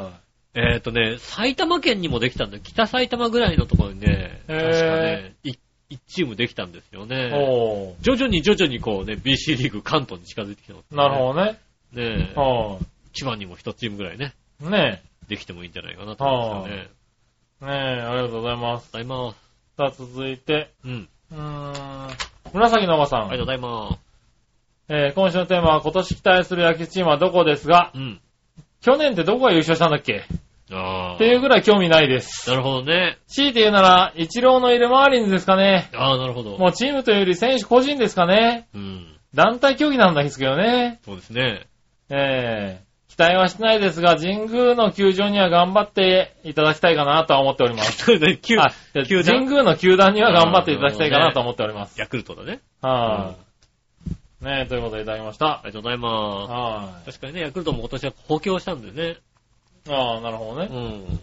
S2: えっ、とね、埼玉県にもできたんだよ。北埼玉ぐらいのところにね、確かね、1チームできたんですよね。
S3: おー。
S2: 徐々に徐々にこうね、BC リーグ関東に近づいてきてます、
S3: なる
S2: ど。
S3: ほどね。
S2: ねえ、
S3: は
S2: 千葉にも一チームぐらいね、
S3: い。ね
S2: できてもいいんじゃないかなと思うんですよね。
S3: え。ねえ、ありがとうございます。
S2: ありがとうございます。
S3: さあ、続いて、
S2: うん。
S3: うーん、紫のおばさ。
S2: ありがとうんございま
S3: えー、今週のテーマは今年期待する野球チームはどこですが、
S2: す。うん。
S3: 去年ってどこが優勝したんだっけ
S2: ああ。
S3: っていうぐらい興味ないです。
S2: なるほどね。
S3: 強いて言うなら、一郎のいるマーリンズですかね。
S2: ああ、なるほど。
S3: もうチームというより選手個人ですかね。
S2: うん。
S3: 団体競技なんですけどね。
S2: そうですね。
S3: えー、期待はしてないですが、神宮の球場には頑張っていただきたいかなとは思っております。
S2: そうだね、球
S3: あ、
S2: 球
S3: 神
S2: 団
S3: 宮の球団には頑張っていただきたいかなと思っております。
S2: ヤクルトだね。
S3: はい、ねえ、ということでいただきました。
S2: ありがとうございま
S3: は
S2: す。確かにね、ヤクルトも今年は補強したんでね。
S3: い。ああ、なるほどね
S2: う。ん。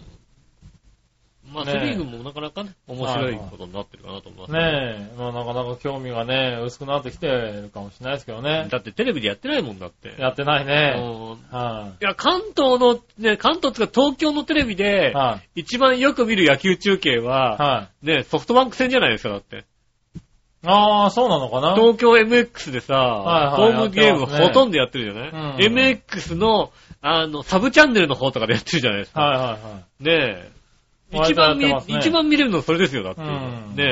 S2: まあ、
S3: ね
S2: セ
S3: え
S2: リーグもなかなかね、面白いことになってるかなと思います。
S3: ねえ、まあなかなか興味がね、薄くなってきてるかもしれないですけどね。
S2: だってテレビでやってないもんだって。
S3: やってないね。
S2: うん
S3: はい
S2: や、関東の、ね、関東とか東京のテレビ
S3: い。
S2: で、
S3: はい。
S2: 一番よく見る野球中継は、
S3: はい。
S2: ね、ソフトバンク戦じゃないですか、だって。
S3: ああ、そうなのかな
S2: 東京 MX でさ、ホ
S3: はいはい
S2: ームゲーム
S3: やってますね
S2: ほとんどやってるじゃない ?MX の、あの、サブチャンネルの方とかでやってるじゃないですか。
S3: はいはいは
S2: ねえ。
S3: 割
S2: 一
S3: とや
S2: 番
S3: って
S2: 見
S3: ます、ね
S2: 一番見れるのそれですよ、だって。
S3: うん
S2: ねえ。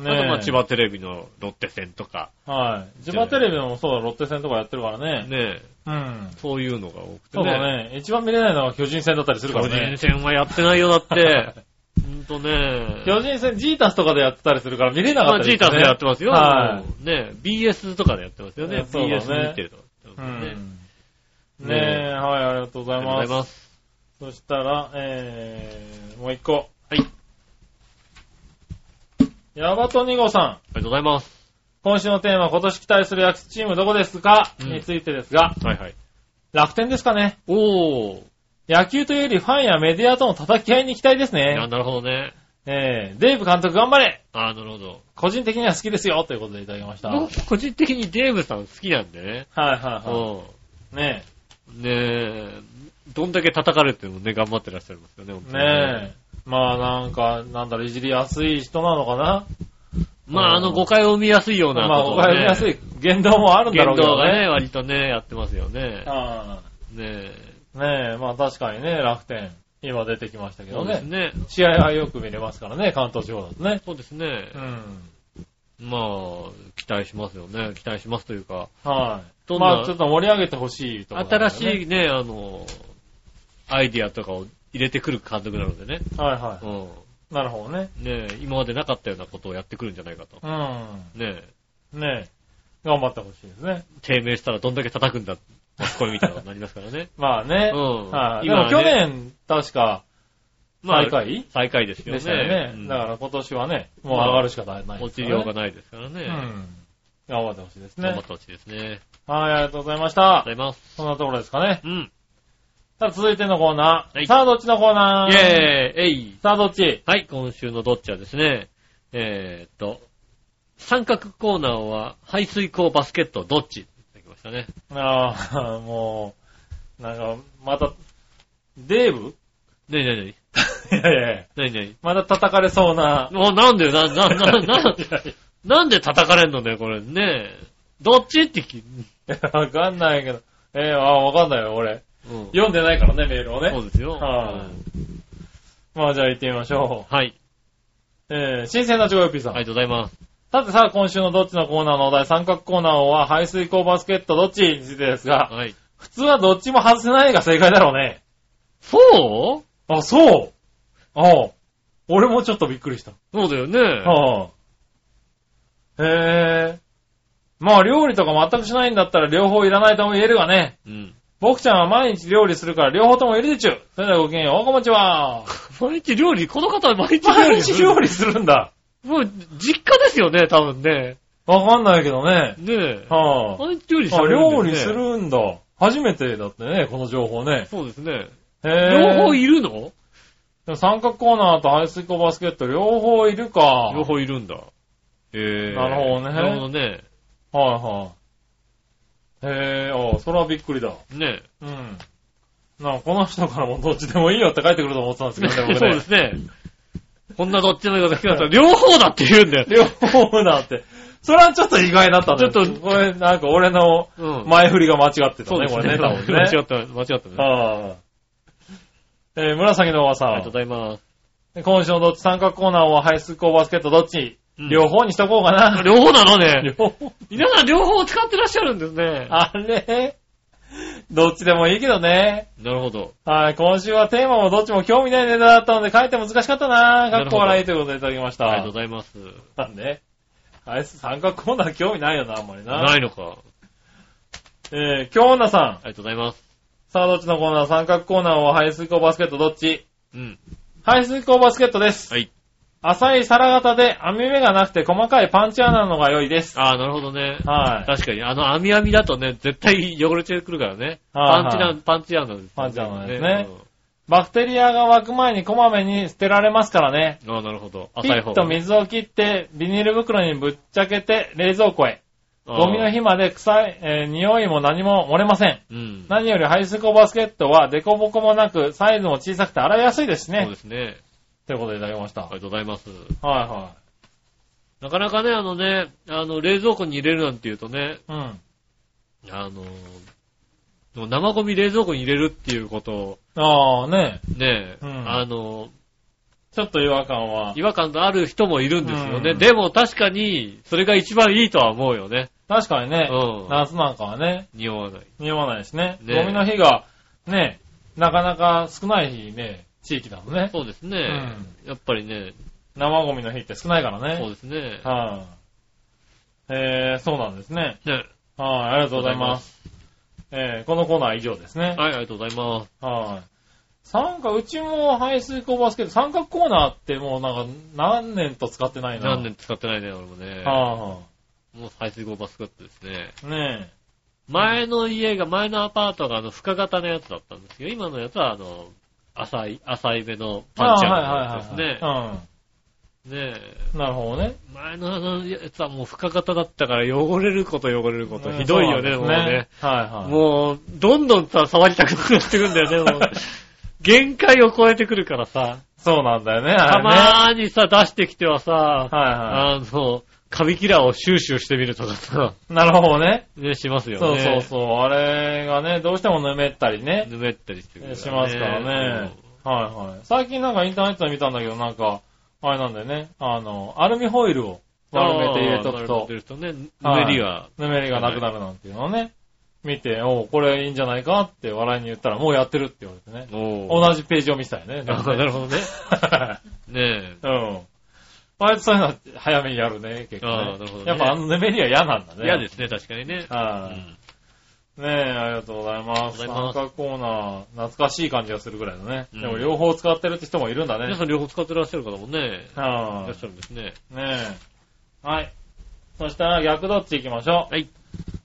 S3: い。
S2: あ
S3: ねえ
S2: と、まあ千葉テレビのロッテ戦とか、
S3: はい。千葉テレビもそうだ、ロッテ戦とかやってるからね。
S2: ねえ、
S3: うん。
S2: そういうのが多くて
S3: そうだ。ね。一番見れないのは巨人戦だったりするか
S2: 巨
S3: ら
S2: 人
S3: ね。
S2: 戦はやってないよ、だって。ほんとね。
S3: 巨人戦、ジータスとかでやってたりするから見れな
S2: ま
S3: かっ
S2: あ、
S3: た
S2: ジ
S3: り
S2: ータスでやってますよ。
S3: は
S2: ね BS とかでやってますよね。
S3: えそうだ
S2: BS
S3: ね
S2: 見てると。
S3: う
S2: ね
S3: ん。
S2: ね
S3: ねえ、はい、ありがとうご
S2: ありがとう
S3: ざいま
S2: ござい
S3: す。
S2: ます。
S3: そしたら、えー、もう一個。
S2: はい。
S3: ヤバトニゴさん。
S2: ありがとうございます。
S3: 今週のテーマ、今年期待する野球チームどこですか、
S2: うん
S3: についてですが、
S2: はいはい。
S3: 楽天ですかね。
S2: おー。
S3: 野球というよりファンやメディアとの叩き合いに期待です
S2: いや
S3: ね。
S2: なるほどね。
S3: えー、デーブ監督頑張れ
S2: あーなるほど。
S3: 個人的には好きですよということでいただきました。はい
S2: 僕、個人的にデーブさん好きなんでね。
S3: はいは
S2: う
S3: い。ね
S2: ん。ねえ、どんだけ叩かれてもね、頑張ってらっしゃいますよね、本当に
S3: ねえ。まあなんか、なんだろう、いじりやすい人なのかな。
S2: まあ、あの誤解を生みやすいような
S3: まあ、
S2: こと
S3: お
S2: を、ね。
S3: 金やすい言動もあるんだ
S2: 言
S3: ろうけ
S2: 動
S3: ど
S2: がね、
S3: ね。
S2: 割とね、やってますよね。
S3: あ
S2: ねえ。
S3: あねえ、まあ確かにね、楽天、今出てきましたけ
S2: そ
S3: ど
S2: うですね。
S3: ね。試合はよく見れますからね、関東地方だとね。
S2: そうですね
S3: う。ん。
S2: まあ、期待しますよね。期待しますというか、
S3: はい。
S2: どんな
S3: まあちょっと盛り上げてほしいところなんだよ
S2: 新
S3: ね、
S2: しいね、あの、アイディアとかを入れてくる監督なのでね。
S3: はいは
S2: うん。
S3: い。なるほどね。
S2: ねえ、今までなかったようなことをやってくるんじゃないかと。
S3: う
S2: ねえ、
S3: ん。ねえ。頑張ってほしいですね。
S2: 低迷したらどんだけ叩くんだ、これみたいなことになります からね。
S3: まあね。
S2: うん
S3: はい。で
S2: 今
S3: も
S2: はね
S3: 去年、確か、
S2: まあ
S3: 最下位
S2: 最下位ですよね。
S3: でしたよね。
S2: うん
S3: だから今年はね、もう上がるしかないです
S2: 落ち
S3: からね
S2: 量がないですからね。
S3: うん。頑張ってほしいです
S2: 頑張
S3: ね
S2: っ。てほしいですね。
S3: はい、ありがとうございまし
S2: あ
S3: た。
S2: りがとうございます。
S3: そんなところですかね。
S2: うん。
S3: さあ、続いてのコーナー。
S2: はい
S3: さあ、どっちのコーナー
S2: イェーイえい
S3: さあ、どっち
S2: はい、今週のどっちはですね、えーっと、三角コーナーは排水口バスケットどっちいただきましたね。
S3: ああ、 もう、なんか、また、デーブ
S2: ねえねえね
S3: いやいやいや
S2: え、ねえね
S3: また叩かれそうな
S2: え。。もうなんで、な、な、な、 な、なんで叩かれんのね、これねえ。どっちって聞、
S3: いやわかんないけど。えー、ああ、わかんないよ、俺。
S2: うん
S3: 読んでないからね、メールを
S2: そう
S3: ね。
S2: ですよ。
S3: は
S2: うん
S3: まあ、じゃあ行ってみましょ
S2: はい。
S3: う。えー、新鮮なチョコヨッピーさん。
S2: ありがとうございます。
S3: さてさあ、今週のどっちのコーナーのお題、三角コーナーは排水口バスケットどっちについてですが、
S2: はい。
S3: 普通はどっちも外せないが正解だろうね。
S2: そう
S3: あ、そうああ俺もちょっとびっくりした。
S2: そうだよね。
S3: ああ。へえ。まあ、料理とか全くしないんだったら両方いらないとも言えるがね。
S2: うん。
S3: 僕ちゃんは毎日料理するから両方ともいるでちゅ。それではごきげんよう、こんにちは。
S2: 毎日料理、この方は毎日料理。
S3: 毎日料理するんだ。
S2: もう、実家ですよね、多分ね。
S3: わかんないけどね。
S2: ねえ。
S3: はあ。
S2: 毎日料理し
S3: あ、
S2: てるんだ
S3: 料
S2: よね
S3: 理するんだ。初めてだってね、この情報ね。
S2: そうですね。
S3: へ
S2: 両方
S3: い
S2: いるの
S3: 三角コーナーと排水口バスケット両方いるか。
S2: 両。方いるんだ。ええ。
S3: なるほどね
S2: なるほどね。
S3: はいはい。へえ、あそれはびっくりだ。
S2: ね
S3: うん。なあ、この人からもどっちでもいいよって書いてくると思ってたんですけ
S2: え。
S3: ど
S2: そう
S3: ね、僕ね。
S2: ですね。こんなどっちの言い方聞かれたら、両方だって言うんだよ。
S3: 両方だって。それはちょっと意外だったんだよ
S2: ちょっと
S3: これ、なんか俺の
S2: うん。
S3: 前振りが間違ってた
S2: そう
S3: ね、
S2: です
S3: これ
S2: ね。
S3: ね、
S2: 間
S3: 多分ね。
S2: 違った、間違ったね。
S3: ああ。えー紫のおばさ
S2: ありがとうんご。ざいます。
S3: 今週のどっち三角コーナーは排水口バスケットどっち、
S2: うん
S3: 両方にしとこうか
S2: あ
S3: な。
S2: 両方なの ね。
S3: 両方。
S2: 皆さん両方使ってらっしゃるんですね。
S3: あれどっちでもいいけどね。
S2: なるほど。
S3: はい、今週はテーマもどっちも興味ないネタだったので書いて難しかったな。かっこ笑いということでいただきました。
S2: ありがとうございます。
S3: なんであいつ三角コーナー興味ないよな、あんまりな。
S2: ないのか。
S3: えー、京女さん。
S2: ありがとうございます。
S3: さあ、どっちのコーナー三角コーナーは排水口バスケットどっち
S2: うん。
S3: 排水口バスケットです。
S2: はい。
S3: 浅い皿型で網目がなくて細かいパンチ穴のが良いです。
S2: ああ、なるほどね。
S3: はい。
S2: 確かに、あの、網網だとね、絶対汚れてくるからね。
S3: は
S2: パ
S3: い
S2: ンチ
S3: は、
S2: ないパンチアなんですね
S3: パンチ穴ですね。バクテリアが湧く前にこまめに捨てられますからね。
S2: うんああ、なるほど。
S3: ピ
S2: 浅い方
S3: ッと水を切って、ビニール袋にぶっちゃけて冷蔵庫へ。ゴミの
S2: 日。
S3: 日まで臭い、えー匂いも何も漏れません。
S2: うん。
S3: 何より排水口バスケットはデコボコもなく、サイズも小さくて洗いやすいで
S2: そ
S3: す
S2: う
S3: ね
S2: で。すね。
S3: ということでいただきました。
S2: あり
S3: は
S2: が
S3: い
S2: とうございます。
S3: は
S2: なかなかね、あのね、あの、冷蔵庫に入れるなんて言うとね、
S3: い。うん。
S2: あの、生ゴミ冷蔵庫に入れるっていうことを、
S3: ああね、
S2: ね、
S3: うん
S2: あの、
S3: ちょっと違和感は。
S2: 違和感のある人もいるんですよね。
S3: うん
S2: でも確かに、それが一番いいとは思うよね。
S3: 確かにね、
S2: うん
S3: 夏なんかはね、
S2: 匂わない。
S3: 匂わないしね。
S2: ね
S3: ゴミの日が、ね、なかなか少ないね、地域だもんね。
S2: そうですね。やっぱりね、
S3: 生ゴミの日って少ないからね。
S2: そうですね。
S3: はい、えー、そうなんですね。
S2: ね
S3: はい、ありがとうございます。えー、このコーナーは以上です
S2: は
S3: ね。
S2: い、ありがとうございます。
S3: はい。三角、うちも排水口バスケット、三角コーナーってもうなんか何年と使ってないな。
S2: 何年使ってないね、俺もね。
S3: は
S2: もう排水口バスケットですね。
S3: あ、ね
S2: 前の家が、前のアパートがあの、深型のやつだったんですけど、今のやつはあの、浅い、浅い目の
S3: え。
S2: パンチ
S3: あ
S2: ャ
S3: あ
S2: ー
S3: は
S2: のやつ
S3: い
S2: です
S3: は
S2: ね
S3: いはい。はい。
S2: ねえ。
S3: なるほどね。
S2: 前のあのやつはもう深型だったから汚れること汚れること。ひどいよね、
S3: そ
S2: も
S3: う
S2: う
S3: なん
S2: ね
S3: で。すはいはい。
S2: もう、どんどんさ、触りたくなってくんだよね、もう。限界を超えてくるからさ。
S3: そうなんだよね、あ
S2: た
S3: れね。
S2: まーにさ、出してきてはさ、
S3: はいは
S2: あの、紙キラーを収集してみるとかさ、
S3: い。なるほどね。
S2: ね、しますよ
S3: そう
S2: ね。
S3: そうそう。あれがね、どうしてもぬめったりね、
S2: ぬめったりしてくる、
S3: しますからね。。はいはい。最近なんかインターネットで見たんだけど、なんか、あれなんだよね。あの、アルミホイルを丸めて入れとく
S2: 丸め
S3: と
S2: て、るとね、ぬ
S3: はい
S2: めりは。
S3: ぬめりがなくなるなんていうのをね、見て、おうこれいいんじゃないかって笑いに言ったら、もうやってるって言われてね。
S2: おー
S3: 同じページを見せた よね。
S2: あなるほど ね。ね
S3: うん。割とそういうのは早めにやるね、結
S2: あ
S3: 構
S2: あなるほど
S3: ね。
S2: ね
S3: やっぱあのぬめりは嫌なんだ
S2: え。
S3: ね。
S2: 嫌ですね、確かにね。
S3: は
S2: う
S3: い。
S2: ん
S3: ねえ、ありがとうございま
S2: あ
S3: す。
S2: りがとうございます
S3: 参加コーナー、懐かしい感じがするぐらいのね。
S2: うん
S3: でも両方使ってるって人もいるんだ
S2: 皆
S3: ね。
S2: さん両方使ってらっしゃる方もね、いら
S3: は
S2: っしゃるんですね。
S3: い。ねえ。はい。そしたら逆どっち行きましょう。
S2: はい。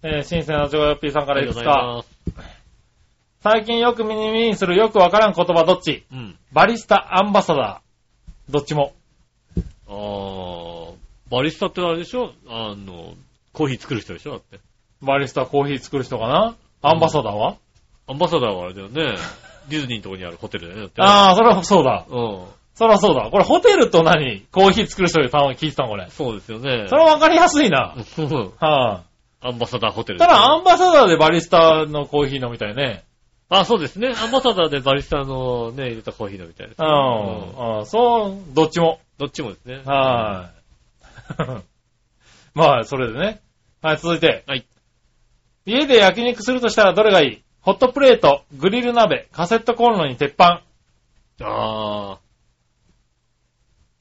S3: えー、新鮮なジョガヨッピーさんか
S2: あ
S3: らい
S2: り
S3: く
S2: がと
S3: つ
S2: うござい
S3: か。
S2: ます。
S3: 最近よく耳に耳にするよくわからん言葉どっち
S2: うん。
S3: バリスタ、アンバサダー。どっちも。
S2: あー、バリスタってあれでしょあの、コーヒー作る人でしょだって。
S3: バリスタコーヒー作る人かなアンバサダーは、
S2: アンバサダーはあれだよね。ディズニーのとこにあるホテルだよね。だって
S3: ああ、それはそうだ。
S2: うん。
S3: そらそうだ。これホテルと何コーヒー作る人で頼む聞いてたのこれ。
S2: そうですよね。
S3: それはわかりやすいな。
S2: うん
S3: は
S2: アンバサダーホテ
S3: い。
S2: ル。
S3: ただ、アンバサダーでバリスタのコーヒー飲みたいね。
S2: あ、そうですね。アンバサダーでバリスタのね、入れたコーヒーのみたいです
S3: う
S2: ね、
S3: ん。うんそう、どっちも。
S2: どっちもですね。
S3: はい。まあ、それでね。はい、続いて。
S2: はい。
S3: 家で焼肉するとしたらどれがいいホットプレート、グリル鍋、カセットコンロに鉄板。
S2: あー。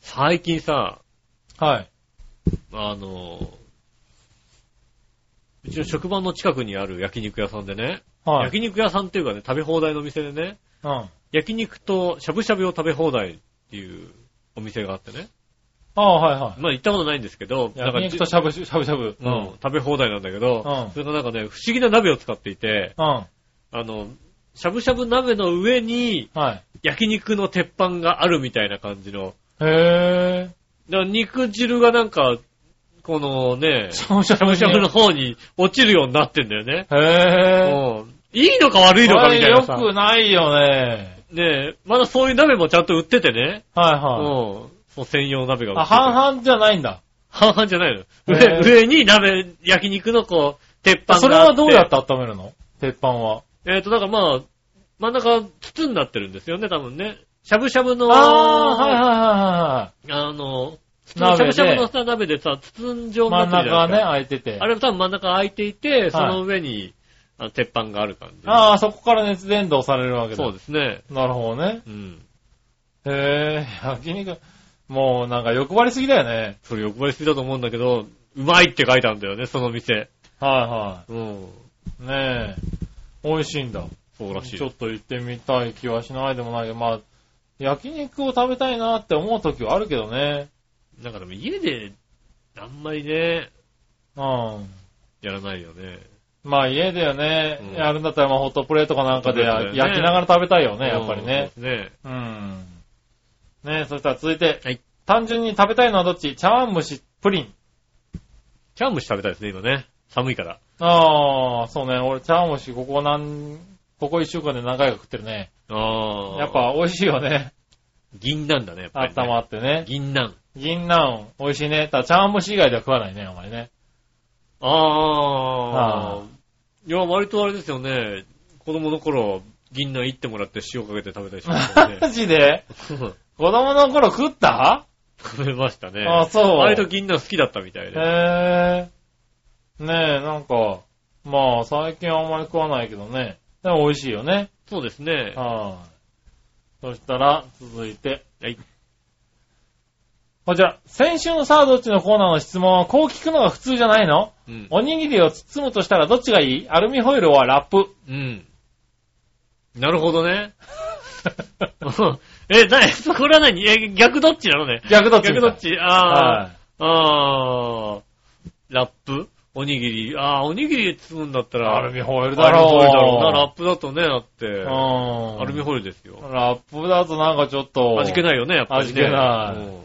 S2: 最近さ、
S3: はい。
S2: あの、うちの職場の近くにある焼肉屋さんでね、
S3: はい。
S2: 焼肉屋さんっていうかね、食べ放題のお店でね、
S3: うん。
S2: 焼肉としゃぶしゃぶを食べ放題っていうお店があってね。
S3: ああ、はいは
S2: まあ行ったことないんですけど、
S3: い。焼
S2: じ
S3: 肉としゃぶしゃぶしゃぶ。
S2: うん、食べ放題なんだけど
S3: う、ん
S2: それがなんかね、不思議な鍋を使っていて、
S3: うん。
S2: あの、しゃぶしゃぶ鍋の上に
S3: はい。
S2: 焼肉の鉄板があるみたいな感じの、
S3: へぇ
S2: だから肉汁がなんか、このね、
S3: ー。
S2: し
S3: しゃぶしゃ
S2: ゃぶ
S3: ぶ
S2: し
S3: し
S2: ゃ
S3: ゃぶ
S2: ぶの方に落ちるようになってんだよね。
S3: へぇー。
S2: うんいいのか悪いのかみたいなさ
S3: あれ。良くないよね。
S2: ねえ、まだそういう鍋もちゃんと売っててね。
S3: はい
S2: うん
S3: はい。。
S2: そう専用鍋が売って
S3: あ、
S2: て。
S3: 半々じゃないんだ。
S2: 半々じゃないの。
S3: へえ
S2: 上、上に鍋、焼肉のこう、鉄板があって。
S3: それはどうやって温めるの鉄板は。
S2: えっ、と、だからまあ、真ん中筒になってるんですよね、多分ね。しゃぶしゃぶの、
S3: ああ、はい
S2: い。
S3: は
S2: あの、普通のしゃ
S3: 鍋
S2: ぶ
S3: で
S2: しゃぶのさ、鍋でさ、筒状
S3: いはいはい。
S2: にな
S3: 真
S2: ってる
S3: ん
S2: じ
S3: 中
S2: ゃないです
S3: がね、
S2: か。
S3: 空いてて
S2: あ。れも多分真ん中空いていて、その上に、あの鉄板がある感じ。
S3: ああ、そこから熱伝導されるわけだ。
S2: そうですね。
S3: なるほどね。
S2: うん。
S3: へえ、焼肉。もうなんか欲張りすぎだよね。
S2: それ欲張りすぎだと思うんだけど、うまいって書いてあるんだよね、その店。
S3: は
S2: うん。
S3: いはい。ねえ。美味しいんだ。
S2: そうらしい。
S3: ちょっと行ってみたい気はしないでもないけど、まあ、焼肉を食べたいなって思う時はあるけどね。
S2: なんかでも家で、あんまりね、
S3: うん。
S2: やらないよね。
S3: まあ家だよね、
S2: うん
S3: やるんだったらまあホットプレートかなんかで
S2: ホットプレートだよね
S3: 焼きながら食べたいよね、やっぱり
S2: うん
S3: ね。
S2: そうですね。
S3: うん。ねそしたら続いて、
S2: はい
S3: 単純に食べたいのはどっち茶碗蒸し、プリン。
S2: キャンムシ食べたいですね、今ね。寒いから。
S3: ああ、そうね、俺茶碗蒸しここ何、ここ一週間で何回か食ってるね。
S2: ああ。
S3: やっ、ぱ美味しいよね。
S2: 銀杏だね、やっぱり、ね。
S3: 温まってね。
S2: 銀杏。
S3: 銀杏、美味しいね。ただ茶碗蒸し以外では食わないね、あんまりね。
S2: ああ、
S3: はあ
S2: いや、割とあれですよね。子供の頃、銀杏いってもらって塩かけて食べたりしましたよ
S3: マ
S2: ね。
S3: ジで子供の頃食った
S2: 食べましたね。
S3: あそう
S2: 割と銀杏好きだったみたいで。
S3: へえ。ねえ、なんか、まあ、最近あんまり食わないけどね。でも美味しいよね。
S2: そうですね。
S3: はい。そしたら、続いて。
S2: はい。
S3: こちら、先週のさあどっちのコーナーの質問は、こう聞くのが普通じゃないの
S2: うん。
S3: おにぎりを包むとしたらどっちがいいアルミホイルはラップ。
S2: うん。なるほどね。 え、なに、これは何え、逆どっちなのね。
S3: 逆どっち
S2: 逆どっちああ、あ
S3: は
S2: あ、ラップおにぎり。ああ、おにぎり包むんだった
S3: い。
S2: ら、
S3: アルミホイル
S2: ア
S3: だ
S2: ルミ
S3: ろう。
S2: ホイルだろうな。ラップだとね、だって。
S3: うん。
S2: アルミホイルですよ。
S3: ラップだとなんかちょっと。
S2: 味気ないよね、やっぱり、ね。
S3: 味気ない
S2: うん
S3: うん。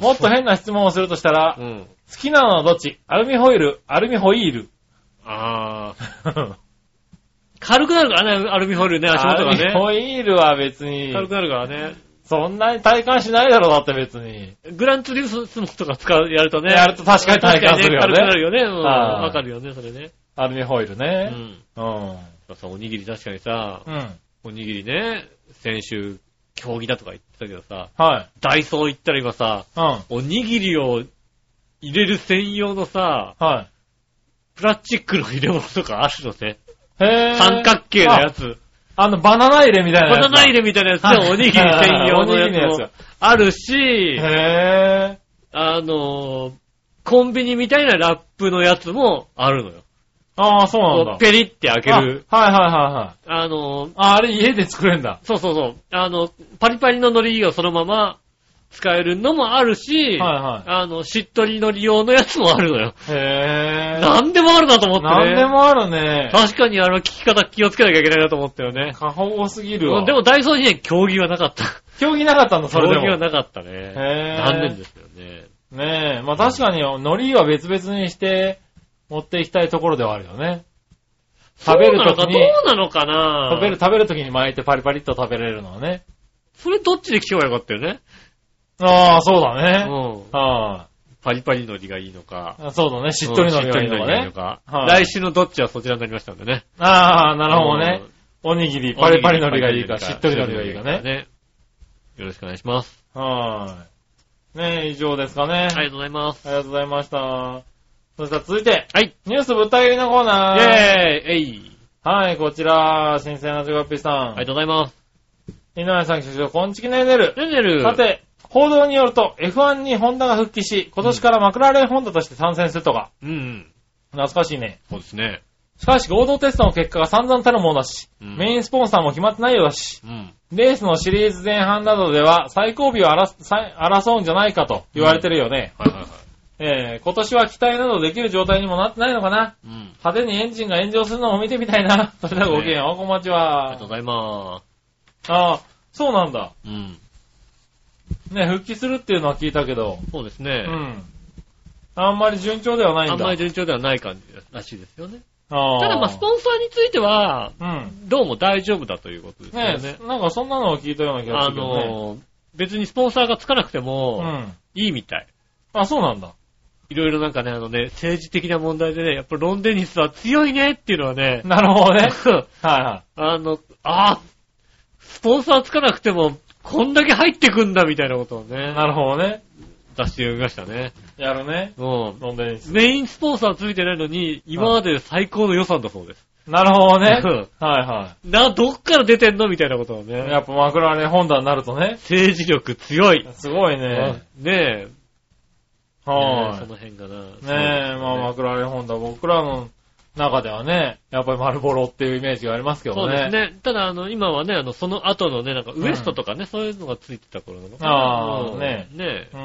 S3: もっと変な質問をするとしたら、
S2: う
S3: 好
S2: ん。
S3: きなのはどっちアルミホイル、アルミホイール。
S2: あー。軽くなるからね、アルミホイルね、足元が
S3: アルミ
S2: ね。
S3: ホイールは別に、
S2: 軽くなるからね。
S3: そんなに体感しないだろう、だって別に。
S2: グランツーリスモとか使う、やるとね。
S3: やると確かに体感するよね
S2: 確かに軽くなるよね。うん。
S3: はい
S2: わかるよね、それね。
S3: アルミホイル
S2: う
S3: ね。
S2: ん。
S3: うん。
S2: さ、おにぎり確かにさ、
S3: うん。
S2: おにぎりね、先週、競技だとか言ってたけどさ、
S3: はい。
S2: ダイソー行ったら今さ、
S3: うん。
S2: おにぎりを入れる専用のさ、
S3: はい。
S2: プラスチックの入れ物とかあるのね。
S3: へぇ
S2: 三角形のやつ。
S3: ああの、バナナ入れみたいな
S2: バ
S3: やつ
S2: ナ
S3: だ。
S2: ナ入れみたいなやつでおにぎり専用の
S3: はいはいはいおにぎりの
S2: や
S3: や
S2: つもあるし、
S3: へぇ
S2: あのー、コンビニみたいなラップのやつもあるのよ。
S3: ああ、そうなん
S2: こ
S3: だ
S2: う。ペリって開ける。
S3: あはいはいはいはい。
S2: あのー、
S3: あ、あれ家で作れんだ。
S2: そうそうそう。あの、パリパリの海苔をそのまま使えるのもあるし、
S3: は
S2: あの、しっとり海苔用のやつもあるのよ。
S3: いはい。へぇー。
S2: なんでもあるなと思ってね。
S3: なんでもあるね。
S2: 確かにあの、聞き方気をつけなきゃいけないなと思ったよね。
S3: 過保護すぎる
S2: うん
S3: わ。
S2: でもダイソーにね、競技はなかった。
S3: 競技なかったんだ、そ
S2: 競
S3: れ
S2: 技
S3: で
S2: は
S3: も。
S2: なかったね。
S3: へー
S2: 残念ですよね。
S3: ねえ。まあ確かに、海苔は別々にして持っていきたいところではあるよね。食べるときに
S2: そうなのかどうなのかな
S3: 食べる、食べるときに巻いてパリパリっと食べれるのはね。
S2: それどっちで聞けばよかったよね。
S3: ああ、そうだ
S2: う
S3: ね。
S2: ん。
S3: は
S2: パリパリのりがいいのか。
S3: い。そうだね。しっとりのりがいい
S2: うんしっとり海苔が
S3: のか
S2: いいの
S3: ね。
S2: か。
S3: はい
S2: 来週のどっちはそちらになりましたんでね。
S3: ああ、なるほどね
S2: うん。。
S3: おにぎり、パリパリのりがいいか、しっとりのりがいいかね。
S2: ね。よろしくお願いします。
S3: はい。ねえ、以上ですかね。
S2: ありがとうございます。
S3: ありがとうございました。そしたら続いて、
S2: はい。
S3: ニュースぶった切りのコ
S2: イ
S3: ー
S2: ェ
S3: ナ
S2: ー
S3: ー。
S2: イえい
S3: はい、こちら、新鮮なジョガピーさ
S2: あ
S3: ん。
S2: りがとうございます。
S3: 井上さん、局長、こんちきねねる。
S2: ねんねる。
S3: さ、て、報道によると、F1 にホンダが復帰し、今年からマクラーレンホンダとして参戦するとか。
S2: うんうん。
S3: 懐かしいね。
S2: そうですね。
S3: しかし、合同テストの結果が散々たるものだし、
S2: うん
S3: メインスポンサーも決まってないようだし、
S2: うん。
S3: レースのシリーズ前半などでは最後尾を争最争うんじゃないかと言われてるよね。
S2: はいはいはい。
S3: えー、今年は期待などできる状態にもなってないのかな。
S2: うん。
S3: 派手にエンジンが炎上するのを見てみたいな。それではごきげんよう、こんばんち
S2: あ
S3: は。
S2: りがとうございま
S3: ああ、そうなんだ。
S2: す。うん。
S3: ね、復帰するっていうのは聞いたけど、
S2: そうです
S3: う
S2: ね。
S3: ん。あんまり順調ではないんだ。
S2: あんまり順調ではない感じらしいですよね。
S3: ああ
S2: ただまあ、スポンサーについては、
S3: うん。
S2: どうも大丈夫だということです
S3: ね
S2: よね。
S3: なんかそんなのを聞いたような気が
S2: あ
S3: するけどね。
S2: の、別にスポンサーがつかなくて
S3: う
S2: も、
S3: ん。
S2: いいみたい。
S3: あ、そうな んだ。
S2: いろいろなんかね、あのね、政治的な問題でね、やっぱロンデニスは強いねっていうのはね、
S3: なるほどね。はいはい。
S2: あの、あスポンサーつかなくても、こんだけ入ってくんだみたいなことをね、
S3: なるほどね。
S2: 出してみましたね。
S3: やるね。
S2: うん。
S3: 飲んでいいです。
S2: メインスポンサーついてないのに、今までで最高の予算だそうです。
S3: なるほどね。
S2: うん
S3: はいは
S2: な、どっから出てんのみたいなことを
S3: い。や
S2: ね。
S3: っぱマクラーレンホンダになるとね。
S2: 政治力強い。
S3: すごい
S2: ね
S3: ね。
S2: え。ねえ
S3: は
S2: その辺かな。
S3: い。ねえ、まあマクラーレンホンダ、僕らの中ではね、やっぱり丸ボロっていうイメージがありますけどね。
S2: そうですね。ただ、あの、今はね、あの、その後のね、なんか、ウエストとかね、そういうのがついてた頃の。
S3: あー
S2: うん
S3: ね
S2: ね
S3: うん。
S2: え、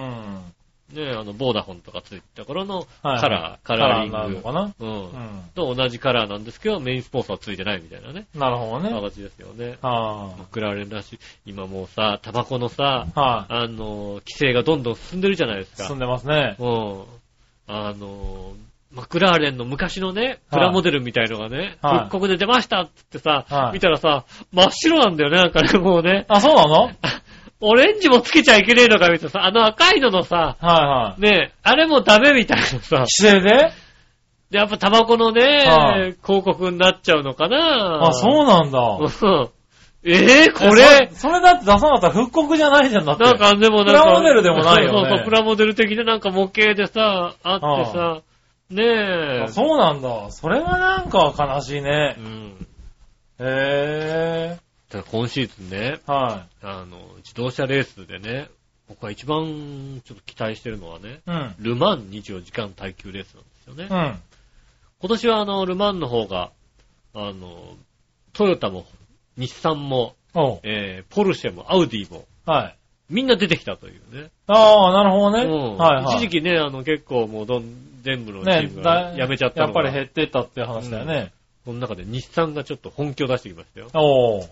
S2: ねえ、あの、ボーダホンとかついてた頃のカ
S3: はい
S2: ラー、カ
S3: カ
S2: ラ
S3: ラ
S2: ー
S3: ー
S2: リ
S3: になる
S2: ン
S3: の
S2: グ。
S3: かな。
S2: うん
S3: う。ん。
S2: と同じカラーなんですけど、メインスポンサーはついてないみたいなね、
S3: なるほどね。
S2: 形ですよね。
S3: は
S2: マクラーレンらしい。今もうさ、タバコのさ、
S3: い。は
S2: あの、規制がどんどん進んでるじゃないです
S3: い。
S2: か
S3: 進ん。でますね。
S2: うん。あの、マクラーレンの昔のね、プラモデルみたいのがね、
S3: はい
S2: 復刻で出ましたって言ってさ、
S3: はい
S2: 見たらさ、真っ白なんだよね、なんかね、もうね。
S3: あ、そうなのはい
S2: オレンジもつけちゃいけねえのか、みたいなさ、あの赤いののさ、
S3: はい。
S2: ねえ、あれもダメみたいなさ、
S3: 規制で
S2: でやっぱタバコのね、
S3: はい
S2: 広告になっちゃうのかな
S3: あ、そうなんだ。
S2: うん ええこれ
S3: そそれだって出さなかったら復刻じゃないじゃんだって。
S2: なんかでもなんか。
S3: プラモデルでもない
S2: そ
S3: よね
S2: うそうそう、プラモデル的ななんか模型でさ、あってさ、ねえ
S3: あ。そうなんだ。それはなんか悲しいね
S2: う。ん。
S3: へ
S2: ただ今シーズンね、
S3: ぇー。は
S2: あの、自動車レースでね、僕は一番ちょっと期待してるのはね、
S3: い。うん。
S2: ルマン24時間耐久レースなんですよね。
S3: うん。
S2: 今年はあの、ルマンの方が、あの、トヨタも、日産も、
S3: おう。
S2: えー、ポルシェも、アウディも、
S3: はい。
S2: みんな出てきたというね。
S3: ああ、なるほどね。
S2: うん
S3: はいはい。
S2: 一時期ね、あの、結構もうどん、全部のチ
S3: ね
S2: ームが
S3: だ
S2: やめちゃった
S3: やっ
S2: の
S3: ぱ
S2: が、
S3: り減ってったっていう話だよね。
S2: その中で日産がちょっと本気を出してきましたよ。
S3: おう。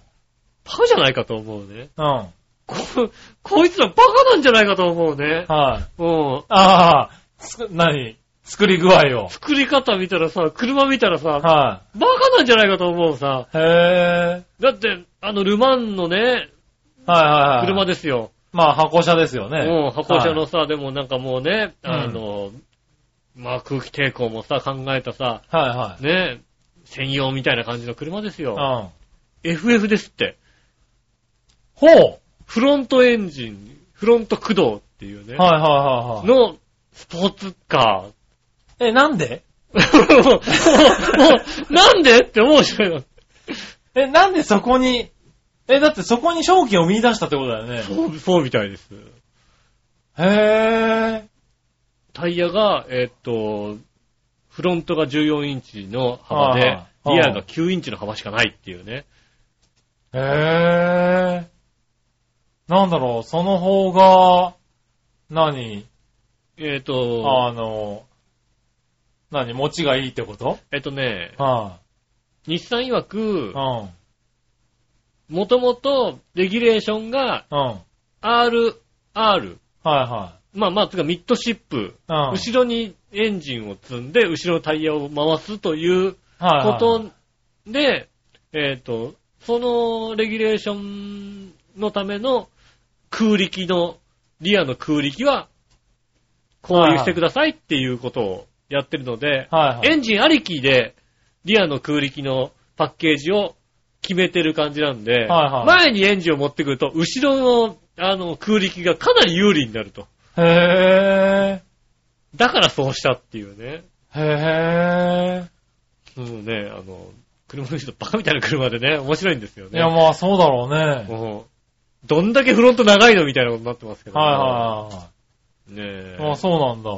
S2: パウじゃないかと思うね。
S3: うん。
S2: こ こ、こいつらバカなんじゃないかと思うね。
S3: はい。
S2: うん。
S3: ああ、つく、何作り具合を。
S2: 作り方見たらさ、車見たらさ、バ
S3: は
S2: カなんじゃないかと思うさ。
S3: い。へえ。
S2: だって、あの、ルマンのね、
S3: はいはいはい。
S2: 車。ですよ。
S3: まあ、箱車ですよね。
S2: うん、箱車
S3: は
S2: の
S3: い。
S2: さ、でもなんかもうね、
S3: うん
S2: あの、まあ空気抵抗もさ、考えたさ、
S3: はいはい。
S2: ね、専用みたいな感じの車です
S3: う
S2: よ。
S3: ん。
S2: FF ですって。
S3: ほう
S2: フロントエンジン、フロント駆動っていうね、
S3: はいはいはいはい。
S2: のスポーツカー。
S3: え、なんで
S2: もうもうなんでって思うじゃないの。
S3: え、なんでそこに、え、だってそこに商機を見出したってことだよね。
S2: そう、そうみたいです。
S3: へえ。
S2: タイヤが、えーっと、フロントが14インチの幅
S3: は
S2: で
S3: いは、い
S2: リアが9インチの幅しかないっていうね。
S3: へえ。なんだろう、その方が、何
S2: えーっと、
S3: あの、何持ちがいいってこと
S2: えーっとね、
S3: は
S2: 日産曰く
S3: い、うん。
S2: もともとレギュレーションが
S3: うん。はい
S2: RR、
S3: は
S2: まあまあ、つうかミッドシップ、
S3: い。うん。
S2: 後ろにエンジンを積んで、後ろのタイヤを回すという
S3: はいは
S2: こ
S3: い
S2: とで、えーっと、そのレギュレーションのための空力の、リアの空力は、こういうしてくださいっていうことをやってるので、
S3: はいはい。
S2: エンジンありきで、リアの空力のパッケージを決めてる感じなんで、
S3: はいはい
S2: 前にエンジンを持ってくると、後ろのあの空力がかなり有利になると。
S3: へ
S2: だからそうしたっていうね。
S3: ぇー。へ
S2: そのね、あの、車の人、バカみたいな車でね、面白いんですよ
S3: ぇー。い
S2: ね。
S3: や、まあ、そうだろうね。
S2: もうどんだけフロント長いのみたいなことになってますけど、
S3: はいはい
S2: ねえ
S3: いはい。まあ、そうなんだ。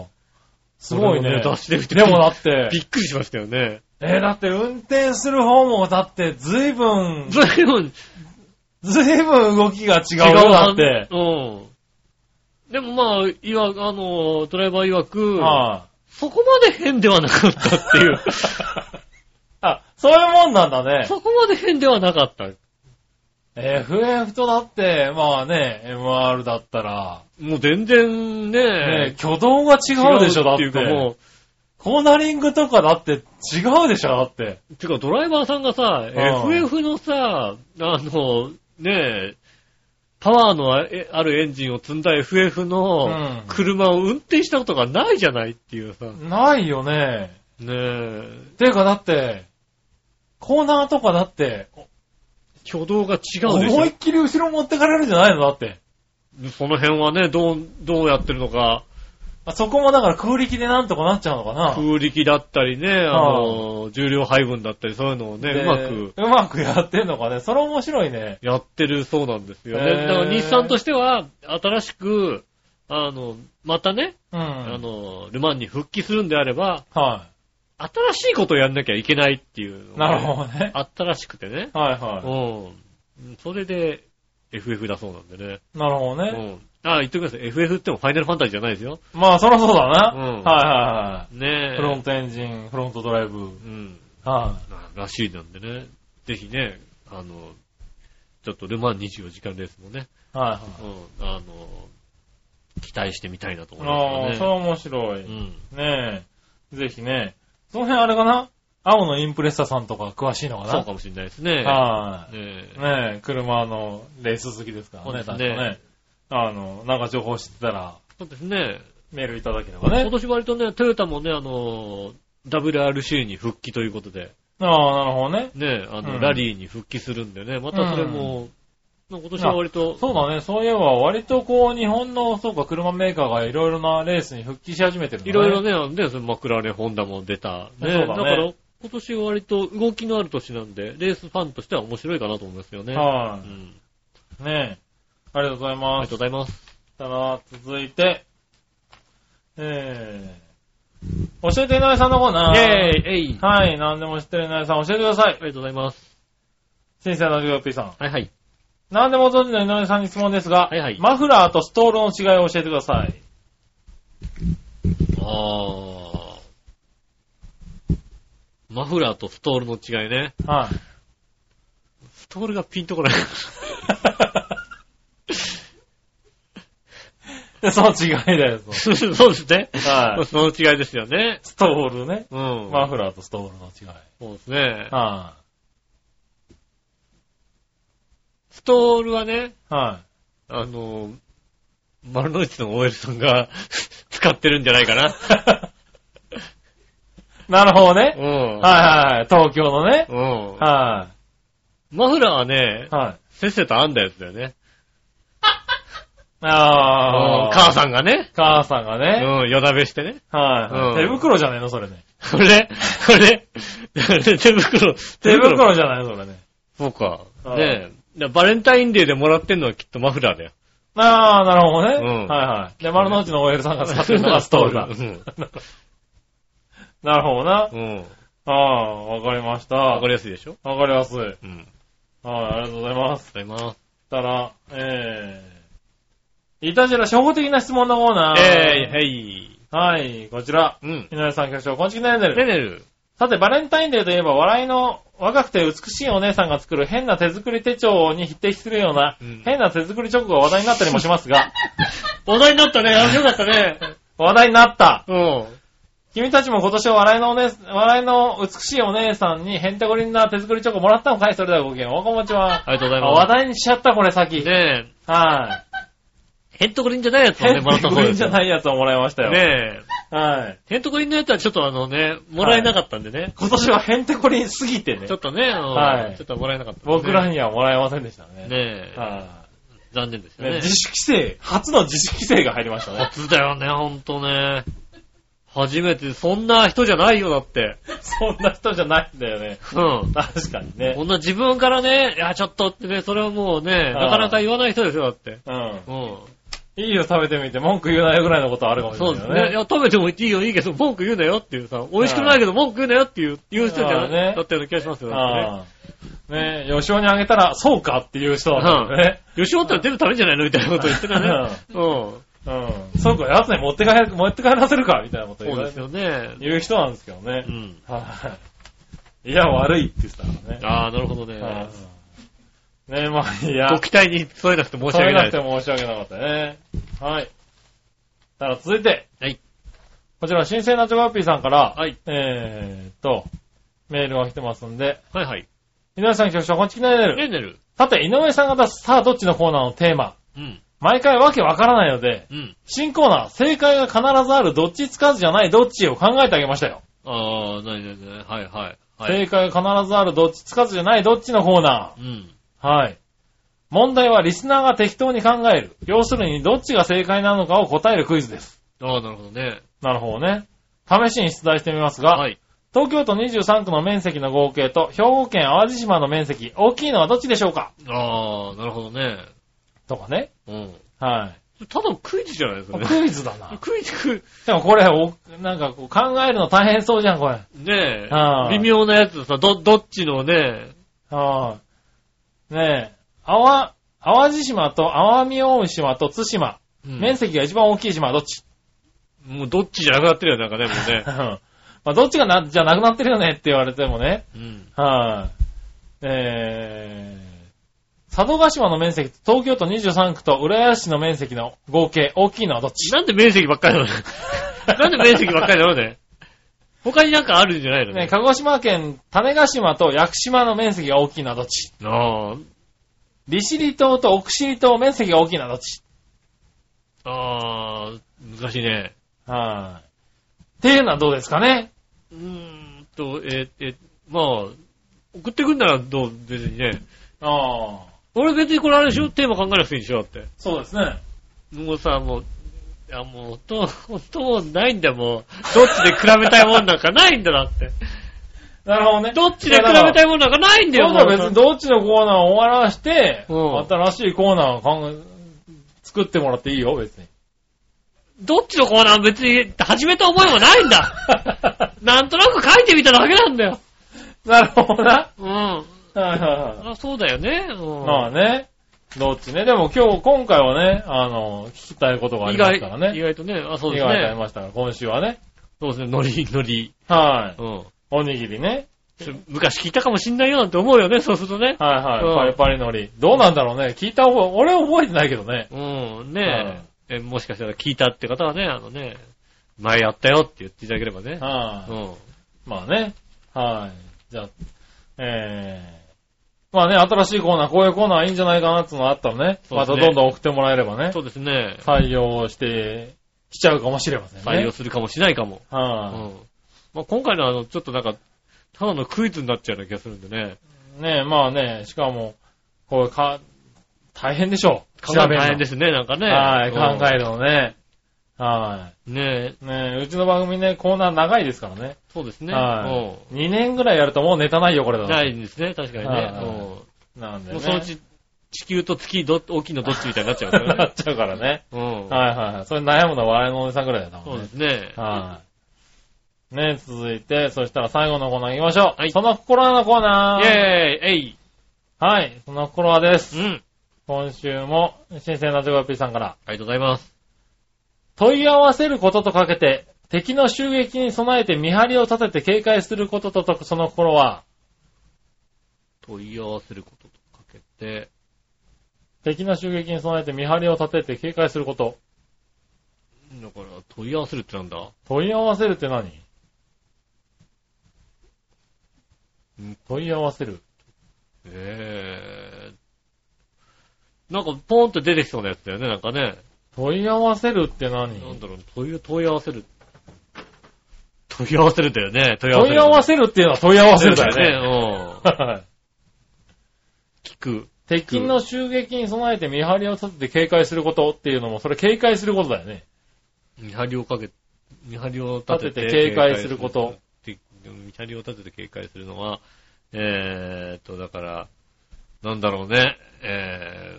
S3: すごい
S2: 俺も
S3: ね。
S2: 出してみて
S3: でもだって、
S2: びっくりしましたよね。
S3: えー、だって運転する方も、だって、ずいぶん、
S2: ずいぶん違う
S3: ずいぶん動きが違うよ、だ
S2: な
S3: って。
S2: うん。でもまあ、いわ、あの、ドライバー曰く、
S3: はい
S2: そこまで変ではなかったって いう。
S3: あ、そういうもんなんだね。
S2: そこまで変ではなかった。
S3: FF とだって、まあね、MR だったら、
S2: もう全然
S3: ね
S2: ね、、
S3: 挙動が違うでしょ、だっ
S2: って
S3: て。
S2: いうかも
S3: コーナリングとかだって違うでしょ、だって。
S2: う、てかドライバーさんがさ、
S3: うん
S2: FF のさ、あの、ねえ、パワーのあえあるエンジンを積んだ FF の
S3: うん
S2: 車を運転したことがないじゃないっていうさ、ね
S3: ないよね。
S2: え、
S3: ていうかだって、コーナーとかだって、
S2: 挙動が違うでし
S3: 思いっきり後ろ持ってかれるんじゃないのだって。
S2: ょ。その辺はね、どう、どうやってるのか、
S3: あそこもだから空力でなんとかなっちゃうのかな。
S2: 空力だったりね、あの、重量配分だったりそういうのをね、
S3: で
S2: うまく。
S3: うまくやってんのかね。それ面白いね。
S2: やってるそうなんですよね。
S3: へ
S2: だ
S3: ー
S2: から日産としては、新しく、あの、またね、
S3: うん。
S2: あの、ルマンに復帰するんであれば、
S3: は
S2: 新しいことをやんなきゃいけないっていうの
S3: い。
S2: が
S3: な
S2: ね、
S3: るほどね。
S2: あったらしくてね。
S3: はいは
S2: うん。それで、FF だそうなんでね。
S3: い。なるほど
S2: う
S3: ね。
S2: ん。あ、言ってください。FF ってもファイナルファンタジーじゃないですよ。
S3: まあ、そらそうだな。
S2: うん
S3: はいはいは
S2: ねえ。
S3: い。フロントエンジン、フロントドライブ。
S2: うん。
S3: は
S2: ならしいなんでね。ぜひね、あの、ちょっとルマン24時間レースもね、
S3: い。はいは
S2: うん、あの、期待してみたいなと思
S3: い。
S2: い
S3: あ
S2: ま
S3: あ、
S2: す
S3: そ
S2: よ
S3: れ
S2: ね。
S3: 面白い。
S2: うん。
S3: ねえ。ぜひね。その辺あれかな青のインプレッサさんとか詳しいのかな
S2: そうかもしれないですね。
S3: は
S2: ね
S3: い。ねえ、車のレース好きですからね、
S2: そう
S3: 確
S2: ですね
S3: かね。あの、なんか情報知ってたら
S2: そうですね。
S3: メールいただければ
S2: 今
S3: ね。
S2: 年割とね、トヨタもね、あの、WRC に復帰ということで、
S3: ああ、なるほどね。
S2: ね、あの、
S3: うん
S2: ラリーに復帰するんでね、またそれも、まあ今年は割と、
S3: そうだね、そういえば割とこう、日本の、そうか、車メーカーがいろいろなレースに復帰し始めてるんだね。
S2: いろいろね、あのね、そのマクラーレン、ホンダも出た。
S3: そう
S2: ね、
S3: だね
S2: から、今年は割と動きのある年なんで、レースファンとしては面白いかなと思いますよね。う
S3: は
S2: ん。
S3: い。ねえ。ありがとうござい
S2: あり
S3: ま
S2: が
S3: す
S2: とうご。ざいます。
S3: たら、続いて、えー、教えていないさんのコー
S2: イェ
S3: ナ
S2: ー
S3: ー。
S2: イえいあ
S3: はい、何でも知ってるいないさん教えてください。
S2: りがとうございます。
S3: 新鮮なジョーピーさん。
S2: はいはい。
S3: 何でもご存知の井上さんに質問ですが、
S2: はいはい
S3: マフラーとストールの違いを教えてください。
S2: あー。マフラーとストールの違いね。
S3: はい。
S2: ストールがピンとこない。
S3: その違いだよ。その
S2: そうですね。
S3: はい
S2: その違いですよね。
S3: ストールね。
S2: うん。
S3: マフラーとストールの違い。
S2: そうですね。
S3: は
S2: ストールはね、
S3: い。 は
S2: あの、丸の内の OL さんが 使ってるんじゃないかな。
S3: い。なるほど
S2: う
S3: ね。
S2: ん。
S3: はいはいはい。東京のね。
S2: うん。
S3: は
S2: マフラーはね
S3: い。、はい。
S2: せっせと編んだやつだよね。うん
S3: ああ。
S2: 母さんがね、
S3: 母さんが
S2: う
S3: ね。
S2: ん、よだべしてね。
S3: は
S2: う
S3: い。
S2: ん
S3: 手袋じゃねえの、それね。
S2: それ、それ、手袋、
S3: 手袋じゃないの、それね。
S2: そうか。
S3: うん
S2: ねえ。だバレンタインデーでもらってんのはきっとマフラーだよ。
S3: ああ、なるほどね。
S2: うん
S3: はいはい。で、丸の内の OL さんが使ってるのがストールだ。 なるほどな
S2: う。ん。うん。
S3: ああ、わかりました。
S2: わ
S3: わ
S2: か
S3: かり
S2: りやすいでしょ
S3: やすい。はい、
S2: うん。
S3: ありがとうございます。
S2: ありがとうございます。
S3: たら、えー、いたじら初歩的な質問のコーナー。
S2: えー、はい。
S3: はい、こちら。
S2: うん。
S3: 井上さん局長、こんちきなね
S2: ね
S3: る。
S2: ねる。
S3: さて、バレンタインデーといえば、笑いの若くて美しいお姉さんが作る変な手作り手帳に匹敵するような、
S2: うん
S3: 変な手作りチョコが話題になったりもしますが、
S2: 話題になったね。面白かったね。
S3: 話題になった。
S2: うん。
S3: 君たちも今年は笑いのお姉、笑いの美しいお姉さんにヘンテコリンな手作りチョコもらったのかいそれではごきげん。おこもちは。
S2: ありがとうござい
S3: あ
S2: ます
S3: 話。題にしちゃった、これ先。
S2: ね
S3: は
S2: え、ヘントコリンじゃないやつ
S3: い。
S2: を
S3: ヘ
S2: ね、
S3: ン
S2: もらっ
S3: テ
S2: た
S3: コ
S2: 方
S3: リ
S2: で
S3: ン
S2: す
S3: じゃ
S2: よ。
S3: ないやつをもらいましたよ。
S2: ねえ、
S3: はい。
S2: ヘントコリンのやつはちょっとあのね、もらえなかったんでね。
S3: 今年はヘンテコリンすぎてね
S2: ちょ。っとね、うん
S3: はい
S2: ちょっともらえなかったんでね、
S3: 僕らにはもらえませんでしたね。
S2: ねえ、
S3: は
S2: 残念です
S3: い
S2: よ
S3: ね
S2: ね
S3: 自。主規制、初の自主規制が入りました ね。
S2: 初だよね、ほんとね。初めて、そんな人じゃないよ、だって。
S3: そんな人じゃないんだよね。
S2: うん。
S3: 確かにね
S2: こ。んな自分からね、いや、ちょっとってね、それはもうね、なかなか言わない人ですよ、だって。
S3: うん。
S2: うん。
S3: いいよ、食べてみて。文句言うなよぐらいのことあるかもしれ
S2: そ
S3: な
S2: う
S3: い
S2: です
S3: よ
S2: ね。い
S3: ね。
S2: や、食べてもいいよ、いいけど、文句言うなよっていうさ、美味しくないけど文句言うなよっていう、言う人じゃ
S3: あー
S2: な
S3: ね
S2: いだったような気がしますよ、だってね。
S3: ああ。ねえ、吉尾にあげたら、そうかっていう人なんだよね。
S2: 吉本ったら全部食べんじゃないのみたいなこと言ってたね。 うん。
S3: うん。そうか、やつに持って帰る、持って帰らせるか、みたいなこと言
S2: そう
S3: われ
S2: ですよね。
S3: 言う人なんですけどね
S2: う。ん。
S3: はい。いや、悪いって言ってたからね。
S2: ああ、なるほどね。
S3: はいねえ、まあ、いや、
S2: ご期待に添えなくて申し
S3: 取
S2: 訳
S3: れ
S2: な
S3: ないく
S2: で
S3: て
S2: す。
S3: 申し訳なかったね。はい。ただ、続いて。
S2: はい。
S3: こちら、新鮮なジョガッピーさんから、
S2: はい。
S3: えーっと、メールが来てますんで、
S2: はいはい。
S3: 井上さん、局長、こんちきなれ
S2: ね
S3: る。
S2: んねる。
S3: さて、井上さんが出す、さあ、どっちのコーナーのテーマ。
S2: うん。
S3: 毎回わけわからないので、
S2: うん。
S3: 新コーナー、正解が必ずある、どっちつかずじゃない、どっちを考えてあげましたよ。
S2: ああ、なになになにはいはい。はい。
S3: 正解が必ずある、どっちつかずじゃない、どっちのコーナ
S2: うん。
S3: ー。はい。問題はリスナーが適当に考える。要するに、どっちが正解なのかを答えるクイズです。
S2: ああ、なるほどね。
S3: なるほどね。試しに出題してみますが、
S2: はい。
S3: 東京都23区の面積の合計と兵庫県淡路島の面積、大きいのはどっちでしょうか
S2: ああ、なるほどね。
S3: とかね。
S2: うん。
S3: は
S2: ただのクイズじゃないです
S3: い。
S2: かね。
S3: クイズだな。
S2: クイズ、クイズ。
S3: でもこれ、おなんかこう考えるの大変そうじゃん、これ。
S2: ねえ
S3: あ。ー
S2: 微妙なやつさ、ど、どっちのね、
S3: はい。ねえ、淡、淡路島と淡海大島と津島、
S2: うん
S3: 面積が一番大きい島はどっち、。
S2: もうどっちじゃなくなってるよ、なんかね、もうね
S3: まあ、どっちがな、じゃなくなってるよねって言われてもね。
S2: うん。
S3: はい、えー、佐渡島の面積と東京都23区と浦安市の面積の合計、大きいのはどっち
S2: なんで面積ばっかりなの なんで面積ばっかりなのね。他になんかあるんじゃないの
S3: ねえ
S2: ね。
S3: 鹿児島県種子島と屋久島の面積が大きいのはどっち
S2: あ
S3: 利尻島と奥尻島面積が大きいのはどっち
S2: あ、ああ、難しいね。
S3: はい、っていうのはどうですかね
S2: うーんと、え、え、まあ、送ってくんならどう、別にね。
S3: ああ。
S2: 俺別にこれあれでしょテーマ考えなくていいでしょだって。
S3: そうですね。
S2: もうさ、もう、いやもう、音、音もないんだよ、もう。どっちで比べたいもんなんかないんだ、だって。
S3: なるほどね。
S2: どっちで比べたいもんなんかないんだよ、
S3: 今度は
S2: もう
S3: 別にどっちのコーナーを終わらして、
S2: うん
S3: 新しいコーナーを考え作ってもらっていいよ、別に。
S2: どっちのコーナーも別に始めた覚えもないん だなんとなく書いてみただけなんだよ。
S3: なるほど な。
S2: うん。あ
S3: はいはいは
S2: そうだよね。
S3: い。まあね。どっちね。でも今日、今回はね、あの、聞きたいことがあ
S2: 意
S3: ります
S2: 外
S3: から、
S2: 意
S3: ね。
S2: 外とね。あ、そう
S3: 意
S2: です
S3: 外とあ
S2: ね。
S3: りましたから、今週はね。
S2: そうですね、ノリ、ノリ。
S3: はい。
S2: うん。
S3: おにぎりね。
S2: ちょ昔聞いたかもしんないよなんて思うよね、そうするとね。
S3: はいはい。
S2: うん
S3: パリパリのり。どうなんだろうね。聞いた方が、俺覚えてないけどね。
S2: うん、
S3: は
S2: ね
S3: い
S2: えもしかしたら聞いたって方はね、あのね、前やったよって言っていただければね。
S3: は
S2: う
S3: い、
S2: ん。
S3: まあね。はい。じゃあ、えー、まあね、新しいコーナー、こういうコーナーいいんじゃないかなっていうのがあったらね、
S2: そうで
S3: ます
S2: ね
S3: たどんどん送ってもらえればね、
S2: そうですね。
S3: 採用してきちゃうかもしれませんね。
S2: 採用するかもしないかも。う
S3: はい、
S2: ん。まあ、今回のあの、ちょっとなんか、ただのクイズになっちゃうような気がするんでね。
S3: ねえ、まあね、しかも、こうか、大変でしょう。
S2: 考え
S3: るの
S2: 大変ですね、なんかね。
S3: はい、
S2: うん
S3: 考えるのね。は
S2: ねえ、
S3: い。ねえ、うちの番組ね、コーナー長いですからね。
S2: そうですね。
S3: は
S2: う
S3: い。2年ぐらいやるともうネタないよ、これだ
S2: ん。
S3: と
S2: ないんですね、確かにね。
S3: はい
S2: うん。
S3: なんでね。
S2: もうそのう ち、地球と月ど、大きいのどっちみたいになっちゃうか
S3: な
S2: らね
S3: っ。ちゃうからね。
S2: うん。
S3: はいはいはい。それ悩むのは笑いのおじさんぐらいだな、
S2: そ
S3: も
S2: うんで
S3: ね
S2: すね。
S3: はい。ねえ、続いて、そしたら最後のコーナー行きましょう。
S2: はい
S3: その心のコーナ
S2: イェー
S3: ー。
S2: イえい
S3: はい、その心はです。
S2: うん。
S3: 今週も、新鮮なジョガピーさんから。
S2: ありがとうございます。
S3: 問い合わせることとかけて、敵の襲撃に備えて見張りを立てて警戒することと解くその心は、
S2: 問い合わせることとかけて、
S3: 敵の襲撃に備えて見張りを立てて警戒すること。
S2: だから、問い合わせるってなんだ
S3: 問い合わせるって何
S2: ん
S3: 問い合わせる。
S2: えー。なんか、ポンって出てきそうなやつだよね、なんかね。
S3: 問い合わせるって何
S2: なんだろう、問い、問い合わせる。問い合わせるだよね、問い合わせ
S3: 問
S2: る。
S3: い合わせるっていうのは問い合わせるだよね。
S2: ね。うん。
S3: はい
S2: 聞く。
S3: 敵の襲撃に備えて見張りを立てて警戒することっていうのも、それ警戒することだよね。
S2: 見張りをかけ、見張りを立てて
S3: 立てて警戒すること
S2: 警戒する。見張りを立てて警戒するのは、えーっと、だから、なんだろうね、え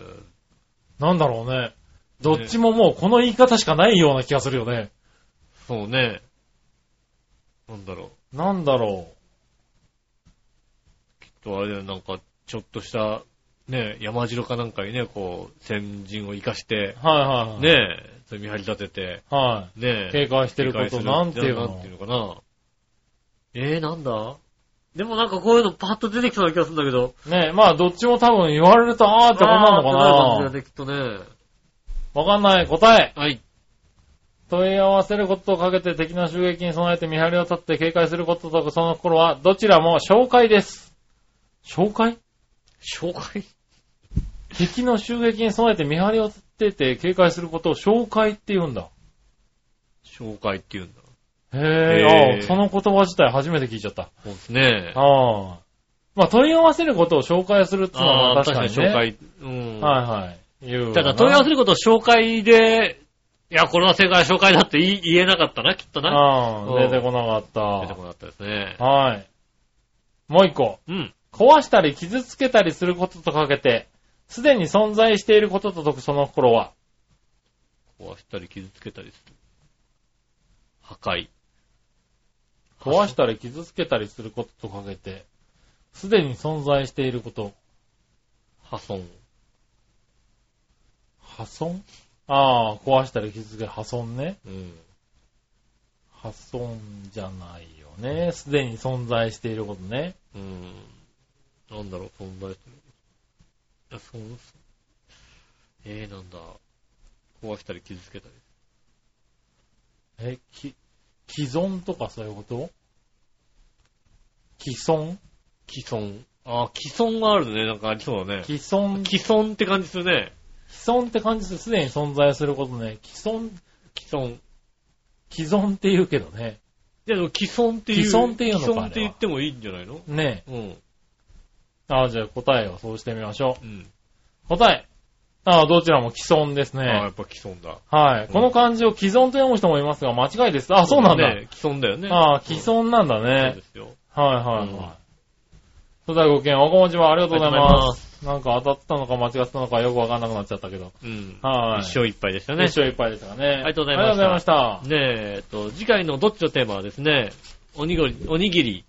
S3: なんだろうね。どっちももうこの言い方しかないような気がするよね。
S2: ー、そうね、なんだろう、
S3: なんだろ
S2: きっとあれだよ、なんか、ちょっとした、ね、山城かなんかにね、こう、先人を活かして、
S3: う。はいはいはい。
S2: ね、それ見張り立てて、
S3: は
S2: ね
S3: い。、警戒してることなんていう
S2: な
S3: の
S2: んていうのかな。えー、なんだでもなんかこういうのパッと出てきそうな気がするんだけど。
S3: ねまあどっちも多分言われると、あーってこんなのか
S2: あーってなる感じだ
S3: な
S2: ねきっとね。
S3: わかんない。答え。
S2: はい。
S3: 問い合わせることをかけて敵の襲撃に備えて見張りを立って警戒することとその頃は、どちらも紹介です。紹介
S2: 紹介
S3: 敵の襲撃に備えて見張りを立てて警戒することを紹介って言うんだ。
S2: 紹介っていうんだ。
S3: へ
S2: へー
S3: え、ああその言葉自体初めて聞いちゃった。
S2: そうですね。
S3: ああ。まあ問い合わせることを紹介するっていうのは確かにね。
S2: 紹介。うん。
S3: はいはい。言うわな。
S2: ただ問い合わせることを紹介で、いや、これは正解は紹介だって言い言えなかったな、きっとな。
S3: あ
S2: う
S3: あ、
S2: ん
S3: 出てこなか
S2: 出て
S3: っ
S2: こなかったですね
S3: た。。はい。もう一個。
S2: うん。
S3: 壊したり傷つけたりすることとかけて、すでに存在していることと解くその心は、
S2: 壊したり傷つけたりする。破壊。
S3: 壊したり傷つけたりすることとかけて、すでに存在していること、
S2: 破損。
S3: 破損ああ、壊したり傷つけ、破損ね。
S2: うん。
S3: 破損じゃないよね。すでに存在していることね。
S2: うん。なんだろう、存在する。いや、そう、えー、なんだ。壊したり傷つけたり。
S3: え、き、既存とかそういうこと既存
S2: 既存。あー、既存があるね。なんかありそうだね。
S3: 既存、既
S2: 既存って感じするね。
S3: 存って感じです。すでに存在することね。既存、
S2: 既存。
S3: 既存って言うけどね。
S2: いや、でも既存っていう。
S3: 既存っていうのか
S2: 既存って言ってもいいんじゃないの
S3: ね
S2: うん。
S3: え。ああ、じゃあ答えをそうしてみましょ
S2: うん。
S3: う。答え。ああ、どちらも既存です
S2: あーや
S3: ね。
S2: っぱ既存だ。
S3: はい。この漢字を既存と読む人もいますが、間違いです。あ、そうなんだ。
S2: ね既存だよね。
S3: ああ、既存なんだ
S2: うん
S3: ね
S2: そう。ですよ。
S3: はいはい
S2: うん
S3: はい。それではごきげん、おこもちばありがとうござい
S2: ありがとうござい
S3: ま。
S2: ます
S3: なんか当たったのか間違ったのかよくわかんなくなっちゃったけど。
S2: うん。
S3: はい。
S2: 一生いっぱいでしたね。
S3: 一生いっぱいでしたね。
S2: ありがとうございました
S3: ありがとうございました。
S2: ねえ、えっと、次回のどっちのテーマはですね、おにごり、おにぎり、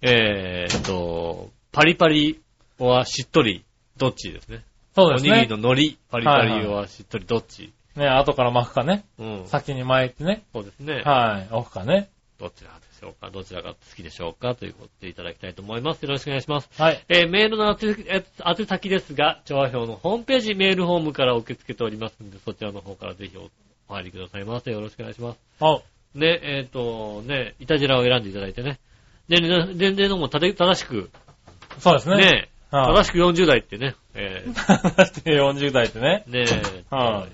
S2: えー、っと、パリパリはしっとり、どっちですね。
S3: そうです
S2: おにぎり。
S3: ね
S2: の海苔、パリパリはしっとり、どっち、
S3: ね、後から巻くかね。
S2: うん。
S3: 先に巻いてね。
S2: そうですね。
S3: はい。置くかね。
S2: どっちなんですしょうかどちらが好きでしょうかということでいただきたいと思います。よろしくお願いします。
S3: はい。
S2: えーメールの宛先えー宛先ですが、調和表のホームページ、メールフォームから受け付けておりますので、そちらの方からぜひおお入りくださいませ。よろしくお願いします。
S3: お
S2: ね、えっ、と、ね、いたじらを選んでいただいてね。で、ね年齢のも正正しく、
S3: そうですね。
S2: ね、
S3: はい
S2: 正しく40代ってね、え
S3: 話して40代ってね
S2: ー。ね、
S3: は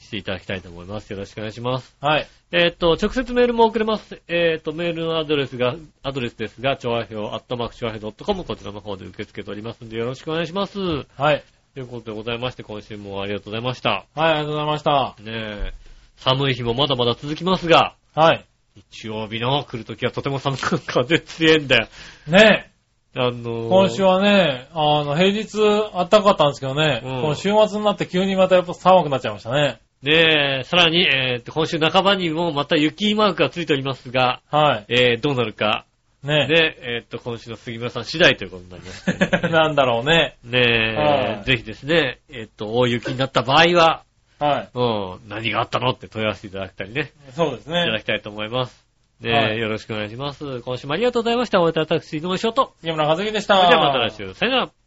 S2: していただきたいと思います。よろしくお願いします。
S3: はい。
S2: えっ、と、直接メールも送れます。えっ、と、メールのアドレスが、アドレスですが、調和表、アットマーク調和表 .com、こちらの方で受け付けておりますので、よろしくお願いします。
S3: はい。
S2: ということでございまして、今週もありがとうございました。
S3: はい、ありがとうございました。
S2: ねえ、寒い日もまだまだ続きますが、
S3: はい。
S2: 日曜日の来るときはとても寒く風強いんだよ。
S3: ね
S2: あのー、
S3: 今週はね、あの、平日暖かかったんですけどね、
S2: うん
S3: この週末になって急にまたやっぱ寒くなっちゃいましたね。
S2: ねえ、さらに、えーと、今週半ばにもまた雪マークがついておりますが、
S3: はい。
S2: えー、どうなるか、
S3: ね
S2: ね、えーと、今週の杉村さん次第ということ になりまして、ね
S3: なんだろうね。
S2: ね
S3: は
S2: え、
S3: い
S2: ぜひですね、えーと、大雪になった場合は、
S3: はい。
S2: うん、何があったのって問い合わせていただきたりね、
S3: そうです
S2: いただ
S3: ね。
S2: きたいと思います。ねえ、
S3: はい
S2: よろしくお願いします。今週もありがとうございました。お会いいたい私、井上翔と。
S3: 杉村和樹でし
S2: そ
S3: た。
S2: れではまた来週。さよなら。